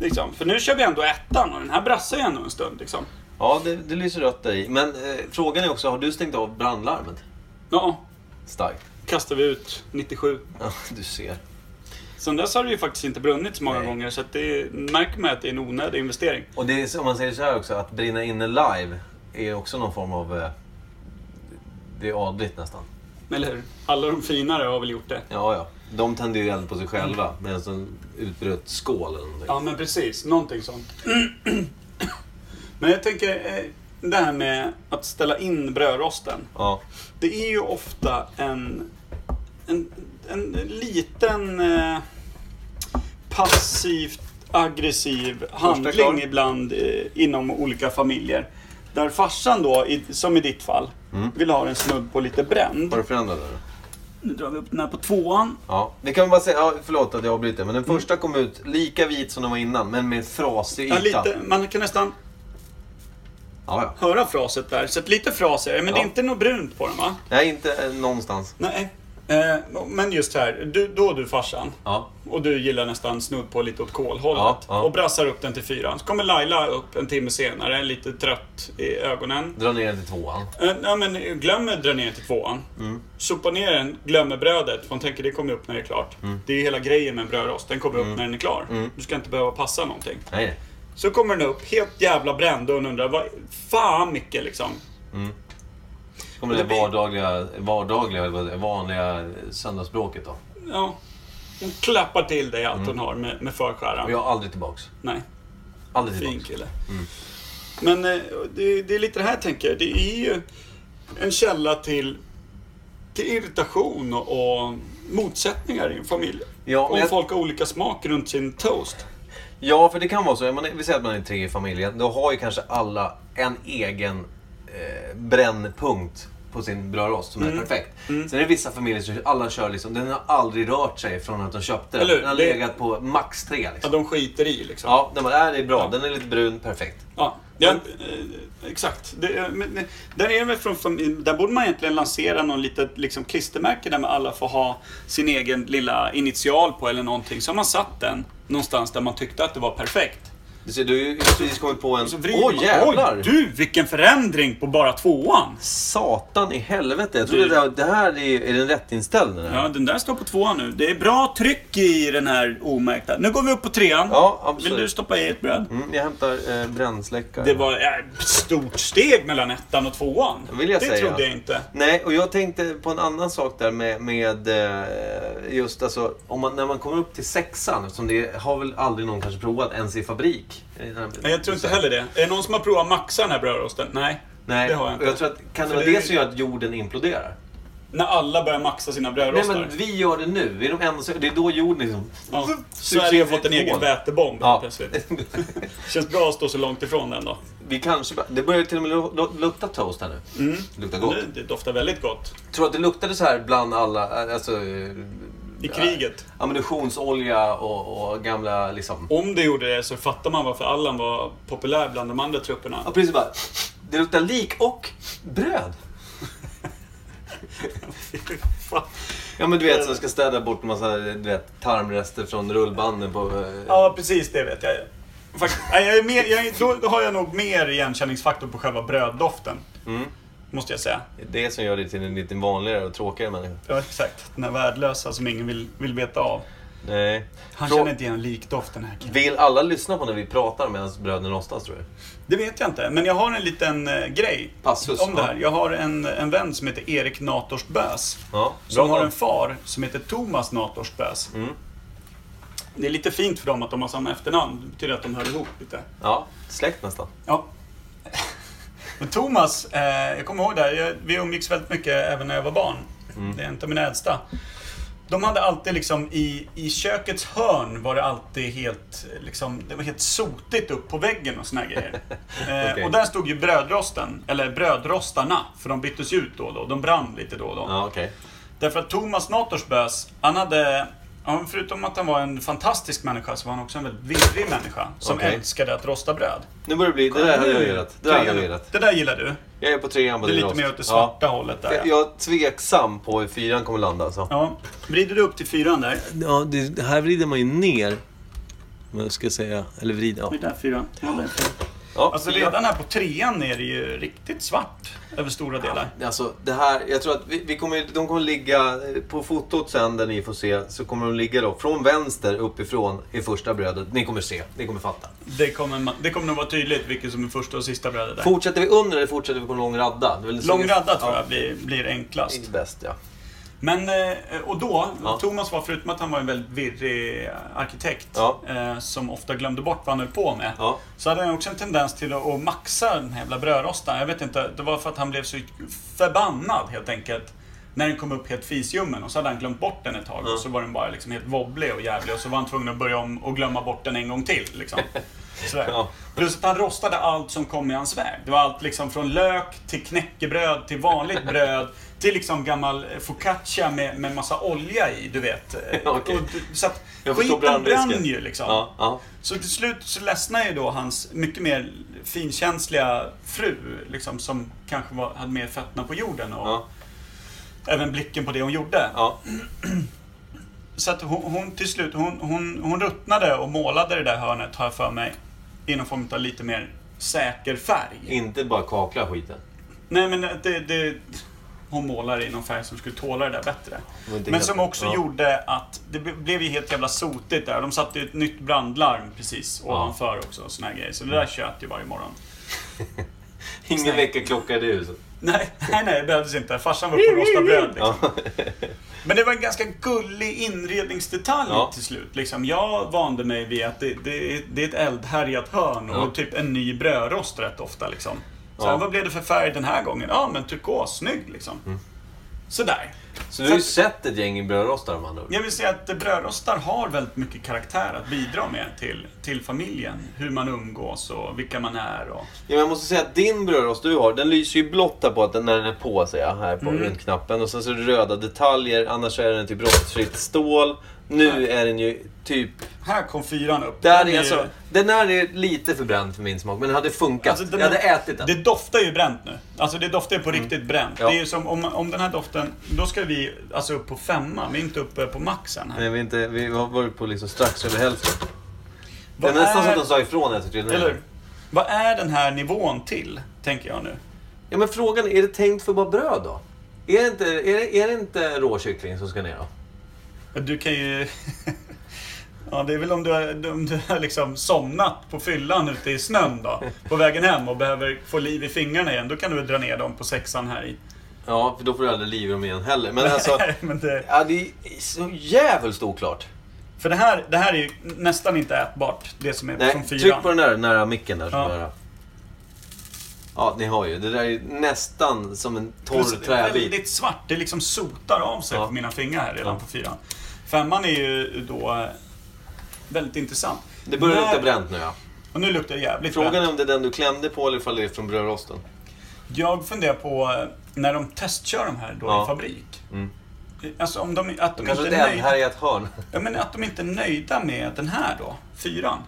Speaker 5: Liksom. För nu kör vi ändå ettan och den här brassar ju ändå en stund liksom.
Speaker 2: Ja, det, det lyser rött där i. Men eh, frågan är också, har du stängt av brandlarmet?
Speaker 5: Ja,
Speaker 2: Starkt.
Speaker 5: kastar vi ut 97.
Speaker 2: Ja, du ser.
Speaker 5: Sen dess har det ju faktiskt inte brunnit så många
Speaker 2: Nej.
Speaker 5: gånger så att det märker man att det är en onödig investering.
Speaker 2: Och det är, så- om man säger så här också, att brinna inne live är också någon form av... eh, Det är adligt nästan.
Speaker 5: Eller hur? Alla de finare har väl gjort det.
Speaker 2: Ja, ja. De tänder ju eld på sig själva medan de utbröt skål eller någonting.
Speaker 5: Ja men precis, någonting sånt. men jag tänker eh, det här med att ställa in brödrosten.
Speaker 2: Ja.
Speaker 5: Det är ju ofta en, en, en liten eh, passivt aggressiv handling
Speaker 2: klar.
Speaker 5: ibland eh, inom olika familjer. Där farsan då, i, som i ditt fall, vill ha en snudd på lite bränd.
Speaker 2: Har du förändrat det? då?
Speaker 5: Nu drar vi upp den här på tvåan.
Speaker 2: Ja, Mm. det kan man bara säga. Ja, förlåt att jag avbryter, men den första kom ut lika vit som den var innan, men med frasig yta.
Speaker 5: Ja, lite, man kan nästan
Speaker 2: Ja, ja.
Speaker 5: höra fraset där. Så att lite fras är det, men det är
Speaker 2: Ja.
Speaker 5: inte något brunt på den va?
Speaker 2: Nej, inte eh, någonstans.
Speaker 5: Nej. Eh, men just här, du, då du farsan.
Speaker 2: Ja.
Speaker 5: Och du gillar nästan snudd på lite åt kolhållet.
Speaker 2: Ja, ja.
Speaker 5: Och brassar upp den till fyran. Så kommer Laila upp en timme senare, lite trött i ögonen.
Speaker 2: Dra ner den till tvåan.
Speaker 5: Eh, nej, men glömmer dra ner till tvåan. Sopar ner den, glömmer brödet. För hon tänker det kommer upp när det är klart. Det är ju hela grejen med en brödrost. Den kommer upp när den är klar. Du ska inte behöva passa någonting.
Speaker 2: Nej, nej.
Speaker 5: Så kommer den upp helt jävla bränd och hon undrar vad fan Micke liksom.
Speaker 2: Så kommer
Speaker 5: Det
Speaker 2: det
Speaker 5: blir-
Speaker 2: vardagliga, vardagliga, eller vad det är, vanliga söndagsbråket då.
Speaker 5: Ja. Hon klappar till dig allt
Speaker 2: Mm.
Speaker 5: hon har med, med förskäran.
Speaker 2: Och jag är aldrig tillbaks.
Speaker 5: Nej,
Speaker 2: Aldrig
Speaker 5: fin
Speaker 2: tillbaks.
Speaker 5: kille. Men eh, det, det är lite det här tänker jag. Det är ju en källa till, till irritation och, och motsättningar i en familj.
Speaker 2: Ja,
Speaker 5: Om
Speaker 2: men jag-
Speaker 5: folk har olika smak runt sin toast.
Speaker 2: Ja, för det kan vara så. Man, är- vi säger att man är tre i familjen. Då har ju kanske alla en egen eh, brännpunkt på sin brödrost som
Speaker 5: Mm.
Speaker 2: är perfekt. Sen är det vissa familjer som alla kör liksom, den har aldrig rört sig från att de köpte den.
Speaker 5: Eller hur?
Speaker 2: Den har
Speaker 5: Det-
Speaker 2: legat på max tre
Speaker 5: Ja,
Speaker 2: liksom.
Speaker 5: de skiter i liksom.
Speaker 2: Ja, när man är det är bra. Den är lite brun, perfekt.
Speaker 5: Ja, ja eh, exakt. Det, eh, men, eh, där, är det väl från, fam- där borde man egentligen lansera någon litet liksom, klistermärke där man alla får ha sin egen lilla initial på eller någonting. Så har man satt den någonstans där man tyckte att det var perfekt.
Speaker 2: Du ser, du har ju precis kommit på en...
Speaker 5: Så
Speaker 2: Åh
Speaker 5: vrider man.
Speaker 2: jävlar!
Speaker 5: Oj, du vilken förändring på bara tvåan!
Speaker 2: Satan i helvete! Jag trodde det här, det här är, är den rätt inställd den här.
Speaker 5: Ja, den där står på tvåan nu. Det är bra tryck i den här omärkta. Nu går vi upp på trean.
Speaker 2: Ja, absolut.
Speaker 5: Vill du stoppa i ett bröd?
Speaker 2: Mm, jag hämtar eh, brännsläckare.
Speaker 5: Det var eh, ett stort steg mellan ettan och tvåan.
Speaker 2: vill jag
Speaker 5: det
Speaker 2: säga.
Speaker 5: trodde jag inte.
Speaker 2: Nej, och jag tänkte på en annan sak där med, med eh, just alltså, om man, när man kommer upp till sexan, som det har väl aldrig någon kanske provat ens i fabrik. Eh,
Speaker 5: Nej, jag tror inte heller det. Är det någon som har provat att maxa den här brödrosten? Nej,
Speaker 2: Nej,
Speaker 5: det har jag
Speaker 2: och
Speaker 5: inte.
Speaker 2: jag tror att kan det
Speaker 5: För
Speaker 2: vara
Speaker 5: det
Speaker 2: det,
Speaker 5: är ju-
Speaker 2: som gör att jorden imploderar?
Speaker 5: När alla börjar maxa sina
Speaker 2: Nej,
Speaker 5: brödrostar.
Speaker 2: men vi gör det nu. Vi är de enda som, det är då jorden liksom...
Speaker 5: ja.
Speaker 2: sugs
Speaker 5: Sverige har
Speaker 2: in i
Speaker 5: fått en
Speaker 2: ett
Speaker 5: egen
Speaker 2: hål.
Speaker 5: vätebomb
Speaker 2: Ja.
Speaker 5: plötsligt. Känns bra att stå så långt ifrån den då.
Speaker 2: Vi kanske... Det börjar ju till och med lu- lu- lukta toast här nu.
Speaker 5: Mm.
Speaker 2: Det luktar gott.
Speaker 5: Det, det doftar väldigt gott.
Speaker 2: Tror du att det luktade så här bland alla... eh, Alltså, eh,
Speaker 5: I kriget.
Speaker 2: ammunitionsolja och, och gamla liksom...
Speaker 5: Om det gjorde det så fattar man varför Allan var populär bland de andra trupperna.
Speaker 2: Ja, precis bara. Det luktar lik och bröd.
Speaker 5: Fan.
Speaker 2: Ja, men du vet, som ska städa bort en massa du vet, tarmrester från rullbanden på... eh,
Speaker 5: ja, precis det vet jag. Fakt, nej, jag är mer, jag är, då, då har jag nog mer igenkänningsfaktor på själva bröddoften.
Speaker 2: Mm.
Speaker 5: Måste jag säga.
Speaker 2: Det är det som gör dig till en lite vanligare och tråkigare människa.
Speaker 5: Ja, exakt. Den här värdelösa som ingen vill, vill veta av.
Speaker 2: Nej.
Speaker 5: Han
Speaker 2: Frå-
Speaker 5: känner inte igen likdoften här killen.
Speaker 2: Vill alla lyssna på när vi pratar med hans bröder någonstans tror du?
Speaker 5: Det vet jag inte, men jag har en liten eh, grej
Speaker 2: Passus,
Speaker 5: om det
Speaker 2: ja.
Speaker 5: här. Jag har en, en vän som heter Erik Nators Bös.
Speaker 2: Ja,
Speaker 5: Som
Speaker 2: bra Mm.
Speaker 5: har
Speaker 2: val.
Speaker 5: en far som heter Thomas Nators Bös. Det är lite fint för dem att de har samma efternamn. Det betyder att de hör ihop lite.
Speaker 2: Ja, släkt nästan.
Speaker 5: Ja. Men Thomas, eh, jag kommer ihåg det här. Jag, vi umgicks väldigt mycket även när jag var barn.
Speaker 2: Mm.
Speaker 5: Det är inte min äldsta. De hade alltid liksom i, i kökets hörn var det alltid helt, liksom, det var helt sotigt upp på väggen och såna här grejer. Eh,
Speaker 2: Okej.
Speaker 5: Och där stod ju brödrosten, eller brödrostarna, för de byttes ut då och då. De brann lite då och då.
Speaker 2: Ja, okej.
Speaker 5: Därför att Thomas Natorsbös, han hade... ja, Förutom att han var en fantastisk människa så var han också en väldigt virrig människa som
Speaker 2: Okej.
Speaker 5: älskade att rosta bröd.
Speaker 2: Nu börjar det bli... Det där hade jag gillat. Det där hade jag gillat.
Speaker 5: Det där gillar du.
Speaker 2: Jag är på trean på
Speaker 5: Det är lite
Speaker 2: din rost.
Speaker 5: mer åt det svarta hållet
Speaker 2: Ja.
Speaker 5: där.
Speaker 2: Jag, jag är tveksam på hur fyran kommer landa alltså.
Speaker 5: Ja. Vrider du upp till fyran där?
Speaker 2: Ja, det, här vrider man ju ner. Men jag ska säga... Eller vrida... Ja.
Speaker 5: Det där fyran. Ja, där.
Speaker 2: ja
Speaker 5: Alltså
Speaker 2: fyra.
Speaker 5: redan här på trean är det ju riktigt svart över stora delar.
Speaker 2: Alltså, det här, jag tror att vi, vi kommer, de kommer ligga, eh, på fotot sen där ni får se, så kommer de ligga då från vänster uppifrån i första brödet. Ni kommer se, ni kommer fatta.
Speaker 5: Det kommer, ma- det kommer nog vara tydligt vilket som är första och sista brödet där.
Speaker 2: Fortsätter vi under eller fortsätter vi på en lång radda? Det är väl så-
Speaker 5: Lång radda tror
Speaker 2: Ja,
Speaker 5: jag blir, blir enklast.
Speaker 2: det är bäst ja.
Speaker 5: Men, eh, och då,
Speaker 2: Ja.
Speaker 5: Thomas var förutom att han var en väldigt virrig arkitekt
Speaker 2: Ja.
Speaker 5: eh, som ofta glömde bort vad han höll på med.
Speaker 2: Ja.
Speaker 5: Så hade han också en tendens till att att maxa den här jävla brödrostan. Jag vet inte, det var för att han blev så förbannad helt enkelt. När den kom upp helt fisljummen och så hade han glömt bort den ett tag och så var den bara liksom helt wobblig och jävlig och så var han tvungen att börja om och glömma bort den en gång till. Liksom. Sådär.
Speaker 2: Ja.
Speaker 5: Plus att han rostade allt som kom i hans väg. Det var allt liksom från lök till knäckebröd till vanligt bröd till liksom gammal eh, focaccia med, med massa olja i, du vet. Eh,
Speaker 2: Okej.
Speaker 5: och, du- så att
Speaker 2: Jag förstår
Speaker 5: skiten
Speaker 2: brandrisken.
Speaker 5: brann ju liksom.
Speaker 2: Ja, ja.
Speaker 5: Så till slut så ledsnade ju då hans mycket mer finkänsliga fru, liksom, som kanske var, hade mer fötterna på jorden och
Speaker 2: Ja.
Speaker 5: även blicken på det hon gjorde.
Speaker 2: Ja.
Speaker 5: Så att hon, hon till slut, hon, hon, hon ruttnade och målade det där hörnet, har jag för mig, i någon form av lite mer säker färg.
Speaker 2: Inte bara kakla skiten.
Speaker 5: Nej men det, det, hon målar i någon färg som skulle tåla det där bättre.
Speaker 2: var inte
Speaker 5: Men
Speaker 2: helt-
Speaker 5: som också
Speaker 2: ja.
Speaker 5: gjorde att det ble- blev ju helt jävla sotigt där. De satte ju ett nytt brandlarm precis ovanför också och såna här grejer. Så det där tjöt ju varje morgon.
Speaker 2: Ingen väckarklocka i det huset.
Speaker 5: Nej, nej, nej, det behövdes inte. Farsan var uppe och rostade bröd. Liksom.
Speaker 2: Ja.
Speaker 5: Men det var en ganska gullig inredningsdetalj
Speaker 2: Ja.
Speaker 5: till slut. Liksom, jag vande mig vid att det, det, det är ett eldhärjat hörn och
Speaker 2: Ja.
Speaker 5: typ en ny brödrost rätt ofta. Liksom. Så
Speaker 2: Ja.
Speaker 5: här, vad blev det för färg den här gången? Ja, men turkos. Snygg liksom.
Speaker 2: Mm.
Speaker 5: Sådär.
Speaker 2: Så du har ju sett ett gäng brödrostar med andra ord.
Speaker 5: Jag vill säga att brödrostar har väldigt mycket karaktär att bidra med till, till familjen. Hur man umgås och vilka man är. Och...
Speaker 2: Ja, men jag måste säga att din brödrost du har, den lyser ju blått där på att den, när den är på säger jag, här på
Speaker 5: Mm.
Speaker 2: runt knappen. Och sen så är det röda detaljer, annars är den typ rostfritt stål. Nu är den ju typ...
Speaker 5: Här kom fyran upp.
Speaker 2: Där
Speaker 5: Den
Speaker 2: är
Speaker 5: ju-
Speaker 2: alltså, den här är lite förbränd för min smak, men den hade funkat.
Speaker 5: Alltså, den
Speaker 2: jag hade
Speaker 5: här-
Speaker 2: ätit den. Mm.
Speaker 5: Det doftar ju bränt nu. Alltså det doftar ju på riktigt bränt.
Speaker 2: Ja.
Speaker 5: Det är ju som om, om den här doften, då ska vi alltså upp på femma. Vi är inte uppe på maxen här.
Speaker 2: Nej, vi, är inte, vi har varit på liksom strax över hälften. Det
Speaker 5: Vad
Speaker 2: är nästan så
Speaker 5: är,
Speaker 2: att de sa ifrån när jag tyckte den
Speaker 5: Eller
Speaker 2: här.
Speaker 5: hur? Vad är den här nivån till? Tänker jag nu.
Speaker 2: Ja, men frågan är, är det tänkt för bara bröd då? Är det inte, är det, är det inte råkyckling som ska ner då?
Speaker 5: Du kan ju... Ja, det är väl om du, har, om du har liksom somnat på fyllan ute i snön då. På vägen hem och behöver få liv i fingrarna igen. Då kan du väl dra ner dem på sexan här i.
Speaker 2: Ja, för då får du aldrig liv i dem igen heller. Men alltså,
Speaker 5: Men det,
Speaker 2: ja, det är så jävligt oklart.
Speaker 5: för det här, det här är ju nästan inte ätbart. Det som är
Speaker 2: Nej,
Speaker 5: från fyran.
Speaker 2: tryck på den där nära micken där.
Speaker 5: Ja.
Speaker 2: Ja. Nära. ja, ni har ju. Det där är ju nästan som en
Speaker 5: Plus,
Speaker 2: torr
Speaker 5: det är
Speaker 2: träbit.
Speaker 5: väldigt svart. Det liksom sotar av sig
Speaker 2: Ja.
Speaker 5: på mina fingrar här redan
Speaker 2: Ja.
Speaker 5: på fyran. Femman är ju då eh, väldigt intressant.
Speaker 2: Det börjar
Speaker 5: När-
Speaker 2: lukta bränt nu ja.
Speaker 5: Och nu luktar det jävligt
Speaker 2: Frågan
Speaker 5: bränt.
Speaker 2: är om det är den du klämde på eller ifall det är från brödrosten.
Speaker 5: Jag funderar på eh, när de testkör de här då
Speaker 2: Ja. Mm.
Speaker 5: i fabrik. Alltså om de, att, de
Speaker 2: Kanske
Speaker 5: inte
Speaker 2: det
Speaker 5: är
Speaker 2: är här
Speaker 5: nöjda,
Speaker 2: i ett hörn.
Speaker 5: ja, men att de inte är nöjda med den här då, fyran.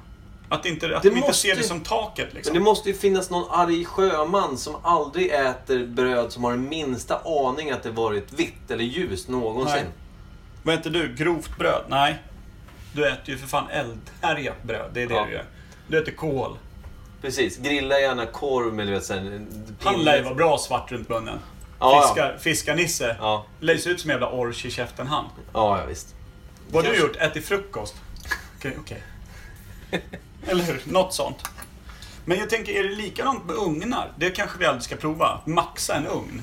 Speaker 5: Att, inte, att
Speaker 2: Det
Speaker 5: de inte
Speaker 2: måste
Speaker 5: ser det
Speaker 2: ju-
Speaker 5: som taket
Speaker 2: Men
Speaker 5: liksom.
Speaker 2: det måste ju finnas någon arg sjöman som aldrig äter bröd som har den minsta aning att det varit vitt eller ljust någonsin.
Speaker 5: Nej. Vad äter du? Grovt bröd? Nej. Du äter ju för fan eldhärjat bröd. Det är det
Speaker 2: Ja.
Speaker 5: du gör. Du äter kol.
Speaker 2: Precis. Grilla gärna korv med du vet, sen,
Speaker 5: Han lär ju vara bra svart runt munnen.
Speaker 2: Ja, ja.
Speaker 5: Fiskar, Fiskarnisse.
Speaker 2: Ja.
Speaker 5: Lär se ut som en jävla orch i käften han.
Speaker 2: Ja, ja visst.
Speaker 5: Vad har du gjort? Ätit frukost? Okej, okej. Eller hur? Något sånt. Men jag tänker, är det likadant med ugnar? Det kanske vi aldrig ska prova. Maxa en ugn.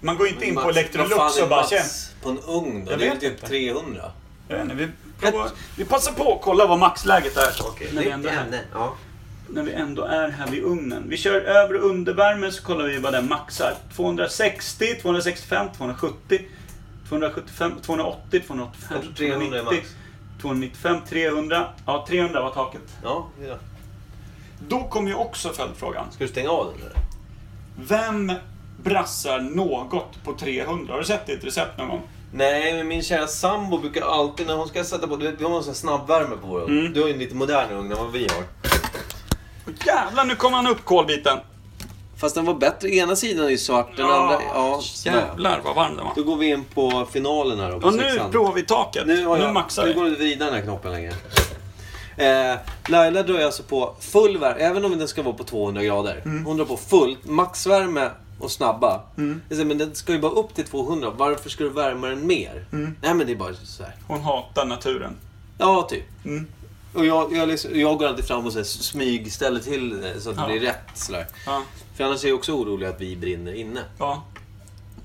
Speaker 5: Man går inte in på
Speaker 2: Max, vad
Speaker 5: Electrolux
Speaker 2: fan är
Speaker 5: och bara
Speaker 2: Mats
Speaker 5: känn.
Speaker 2: På en ugn då?
Speaker 5: Jag
Speaker 2: det är
Speaker 5: vet
Speaker 2: ju typ
Speaker 5: inte.
Speaker 2: 300.
Speaker 5: Jag vet inte, vi, provar, vi passar på att kolla vad maxläget är. Så, okej, när, vi ändå är,
Speaker 2: Ja.
Speaker 5: när vi ändå är här vid ugnen. Vi kör över och undervärme så kollar vi vad den maxar. 260, 265, 270, 275, 280, 285,
Speaker 2: Jag tror 300 är
Speaker 5: 290,
Speaker 2: max.
Speaker 5: 295, 300. Ja, 300 var taket.
Speaker 2: Ja, ja.
Speaker 5: Då kommer ju också följdfrågan.
Speaker 2: Ska du stänga av den eller?
Speaker 5: Vem brassar något på 300? Har du sett det i ett recept någon gång?
Speaker 2: Nej, men min kära sambo brukar alltid när hon ska sätta på... Du vet, vi har en sån här snabbvärme på vår ugn. Du har ju en lite modernare ugn än vad vi har.
Speaker 5: Jävlar, nu kommer han upp kolbiten.
Speaker 2: Fast den var bättre. Ena sidan är ju svart, den andra... Ja, jävlar.
Speaker 5: Jävlar vad varm den var.
Speaker 2: Då går vi in på finalen här då, på
Speaker 5: Och nu
Speaker 2: sexan.
Speaker 5: provar vi taket.
Speaker 2: Nu, har jag,
Speaker 5: nu maxar
Speaker 2: nu
Speaker 5: vi.
Speaker 2: går det inte att vrida den här knoppen längre. Eh, Laila drar ju alltså på full värme, även om den ska vara på 200 grader.
Speaker 5: Mm.
Speaker 2: Hon drar på full, maxvärme och snabba. Jag säger, men den ska ju bara upp till 200. Varför ska du värma den mer?
Speaker 5: Mm.
Speaker 2: Nej men det är bara så här.
Speaker 5: Hon hatar naturen. Mm.
Speaker 2: Ja, typ. Och jag, jag, liksom, jag går alltid fram och så här, smyg ställer till det så att det
Speaker 5: Ja.
Speaker 2: blir rätt. Så där.
Speaker 5: Ja,
Speaker 2: För annars är jag också orolig att vi brinner inne.
Speaker 5: ja.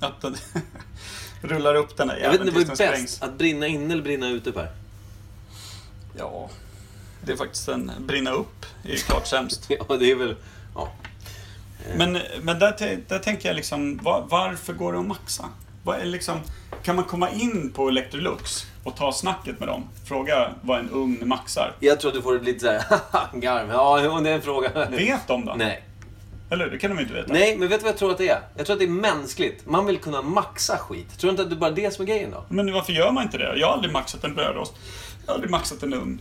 Speaker 5: Att den rullar upp den där
Speaker 2: Jag vet
Speaker 5: jäveln
Speaker 2: inte vad
Speaker 5: tills
Speaker 2: är
Speaker 5: den
Speaker 2: bäst?
Speaker 5: sprängs.
Speaker 2: Att brinna inne eller brinna ute Per?
Speaker 5: Ja. Det är faktiskt en... Brinna upp är ju klart sämst.
Speaker 2: Ja, det är väl... Ja.
Speaker 5: Men, men där, t- där tänker jag liksom, var, varför går det att maxa? Vad är liksom, kan man komma in på Electrolux och ta snacket med dem? Fråga vad en ugn maxar.
Speaker 2: Jag tror att du får lite såhär, haha, garv. Ja, jo, det är en fråga.
Speaker 5: Vet de då?
Speaker 2: Nej.
Speaker 5: Eller hur? Det kan de ju inte veta.
Speaker 2: Nej, men vet du vad jag tror att det är? Jag tror att det är mänskligt. Man vill kunna maxa skit. Tror du inte att det är bara det som är grejen då?
Speaker 5: Men varför gör man inte det? Jag har aldrig maxat en brödrost. Jag har aldrig maxat en ugn.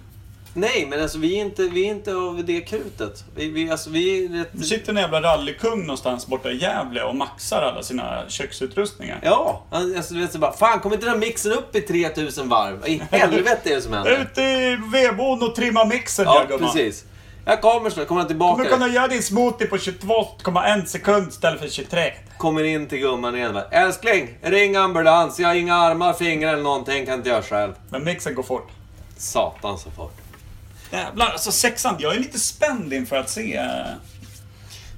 Speaker 2: Nej, men alltså vi är inte, vi är inte av det krutet. Vi, vi, alltså, vi är rätt...
Speaker 5: Nu sitter en jävla rallykung någonstans borta i Gävle och maxar alla sina köksutrustningar.
Speaker 2: Ja, alltså du vet så bara, fan kom inte den här mixen upp i 3000 varv? I helvete är det som händer.
Speaker 5: Ute i vedboden och trimma mixen,
Speaker 2: Ja,
Speaker 5: jag gumman.
Speaker 2: precis. Jag kommer snart, kommer han
Speaker 5: Du kommer kunna
Speaker 2: tillbaka.
Speaker 5: göra din smoothie på 22,1 sekund istället för 23.
Speaker 2: Kommer in till gumman igen bara, älskling, ring ambulans. Jag har inga armar, fingrar eller någonting, kan inte göra själv.
Speaker 5: Men mixen går fort.
Speaker 2: Satan så fort.
Speaker 5: Jävlar, alltså sexan. Jag är lite spänd inför att se eh,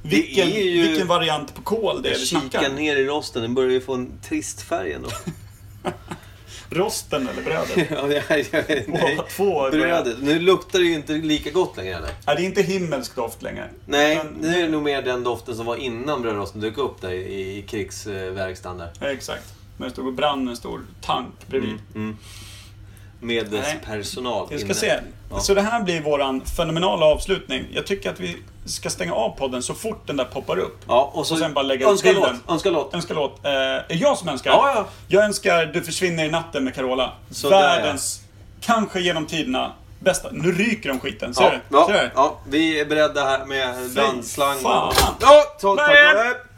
Speaker 5: vilken,
Speaker 2: är ju-
Speaker 5: vilken variant på kol det är vi
Speaker 2: Kika
Speaker 5: snackar.
Speaker 2: ner i rosten, den börjar ju få en trist färg ändå.
Speaker 5: Rosten eller brödet.
Speaker 2: ja, jag, jag, nej.
Speaker 5: Båda två är bröd.
Speaker 2: Brödet, nu luktar det ju inte lika gott längre eller?
Speaker 5: Nej, det är inte himmelsk doft längre.
Speaker 2: Nej,
Speaker 5: Men-
Speaker 2: nu är det nog mer den doften som var innan brödrosten dök upp där i, i krigsverkstan där.
Speaker 5: Ja, Exakt. Men det stod och brann en stor tank bredvid.
Speaker 2: Med dess
Speaker 5: Nej.
Speaker 2: personal
Speaker 5: Jag ska
Speaker 2: Mm, inne.
Speaker 5: se.
Speaker 2: Ja.
Speaker 5: Så det här blir våran fenomenala avslutning. Jag tycker att vi ska stänga av podden så fort den där poppar upp.
Speaker 2: Ja, och så
Speaker 5: Och sen bara lägga
Speaker 2: önska
Speaker 5: ut
Speaker 2: låt,
Speaker 5: bilden.
Speaker 2: önska låt.
Speaker 5: Önska låt. Eh, är jag som önskar?
Speaker 2: Ja, ja.
Speaker 5: Jag önskar Du försvinner i natten med Carola.
Speaker 2: Så där, ja.
Speaker 5: Världens, kanske genom tiderna, bästa. Nu ryker de skiten. Ser
Speaker 2: Ja,
Speaker 5: du? Ser
Speaker 2: ja,
Speaker 5: du?
Speaker 2: ja, vi är beredda här med brandslang.
Speaker 5: fan.
Speaker 2: Ja, ta, ta,
Speaker 5: Men-
Speaker 2: ta.
Speaker 3: oh, Oh,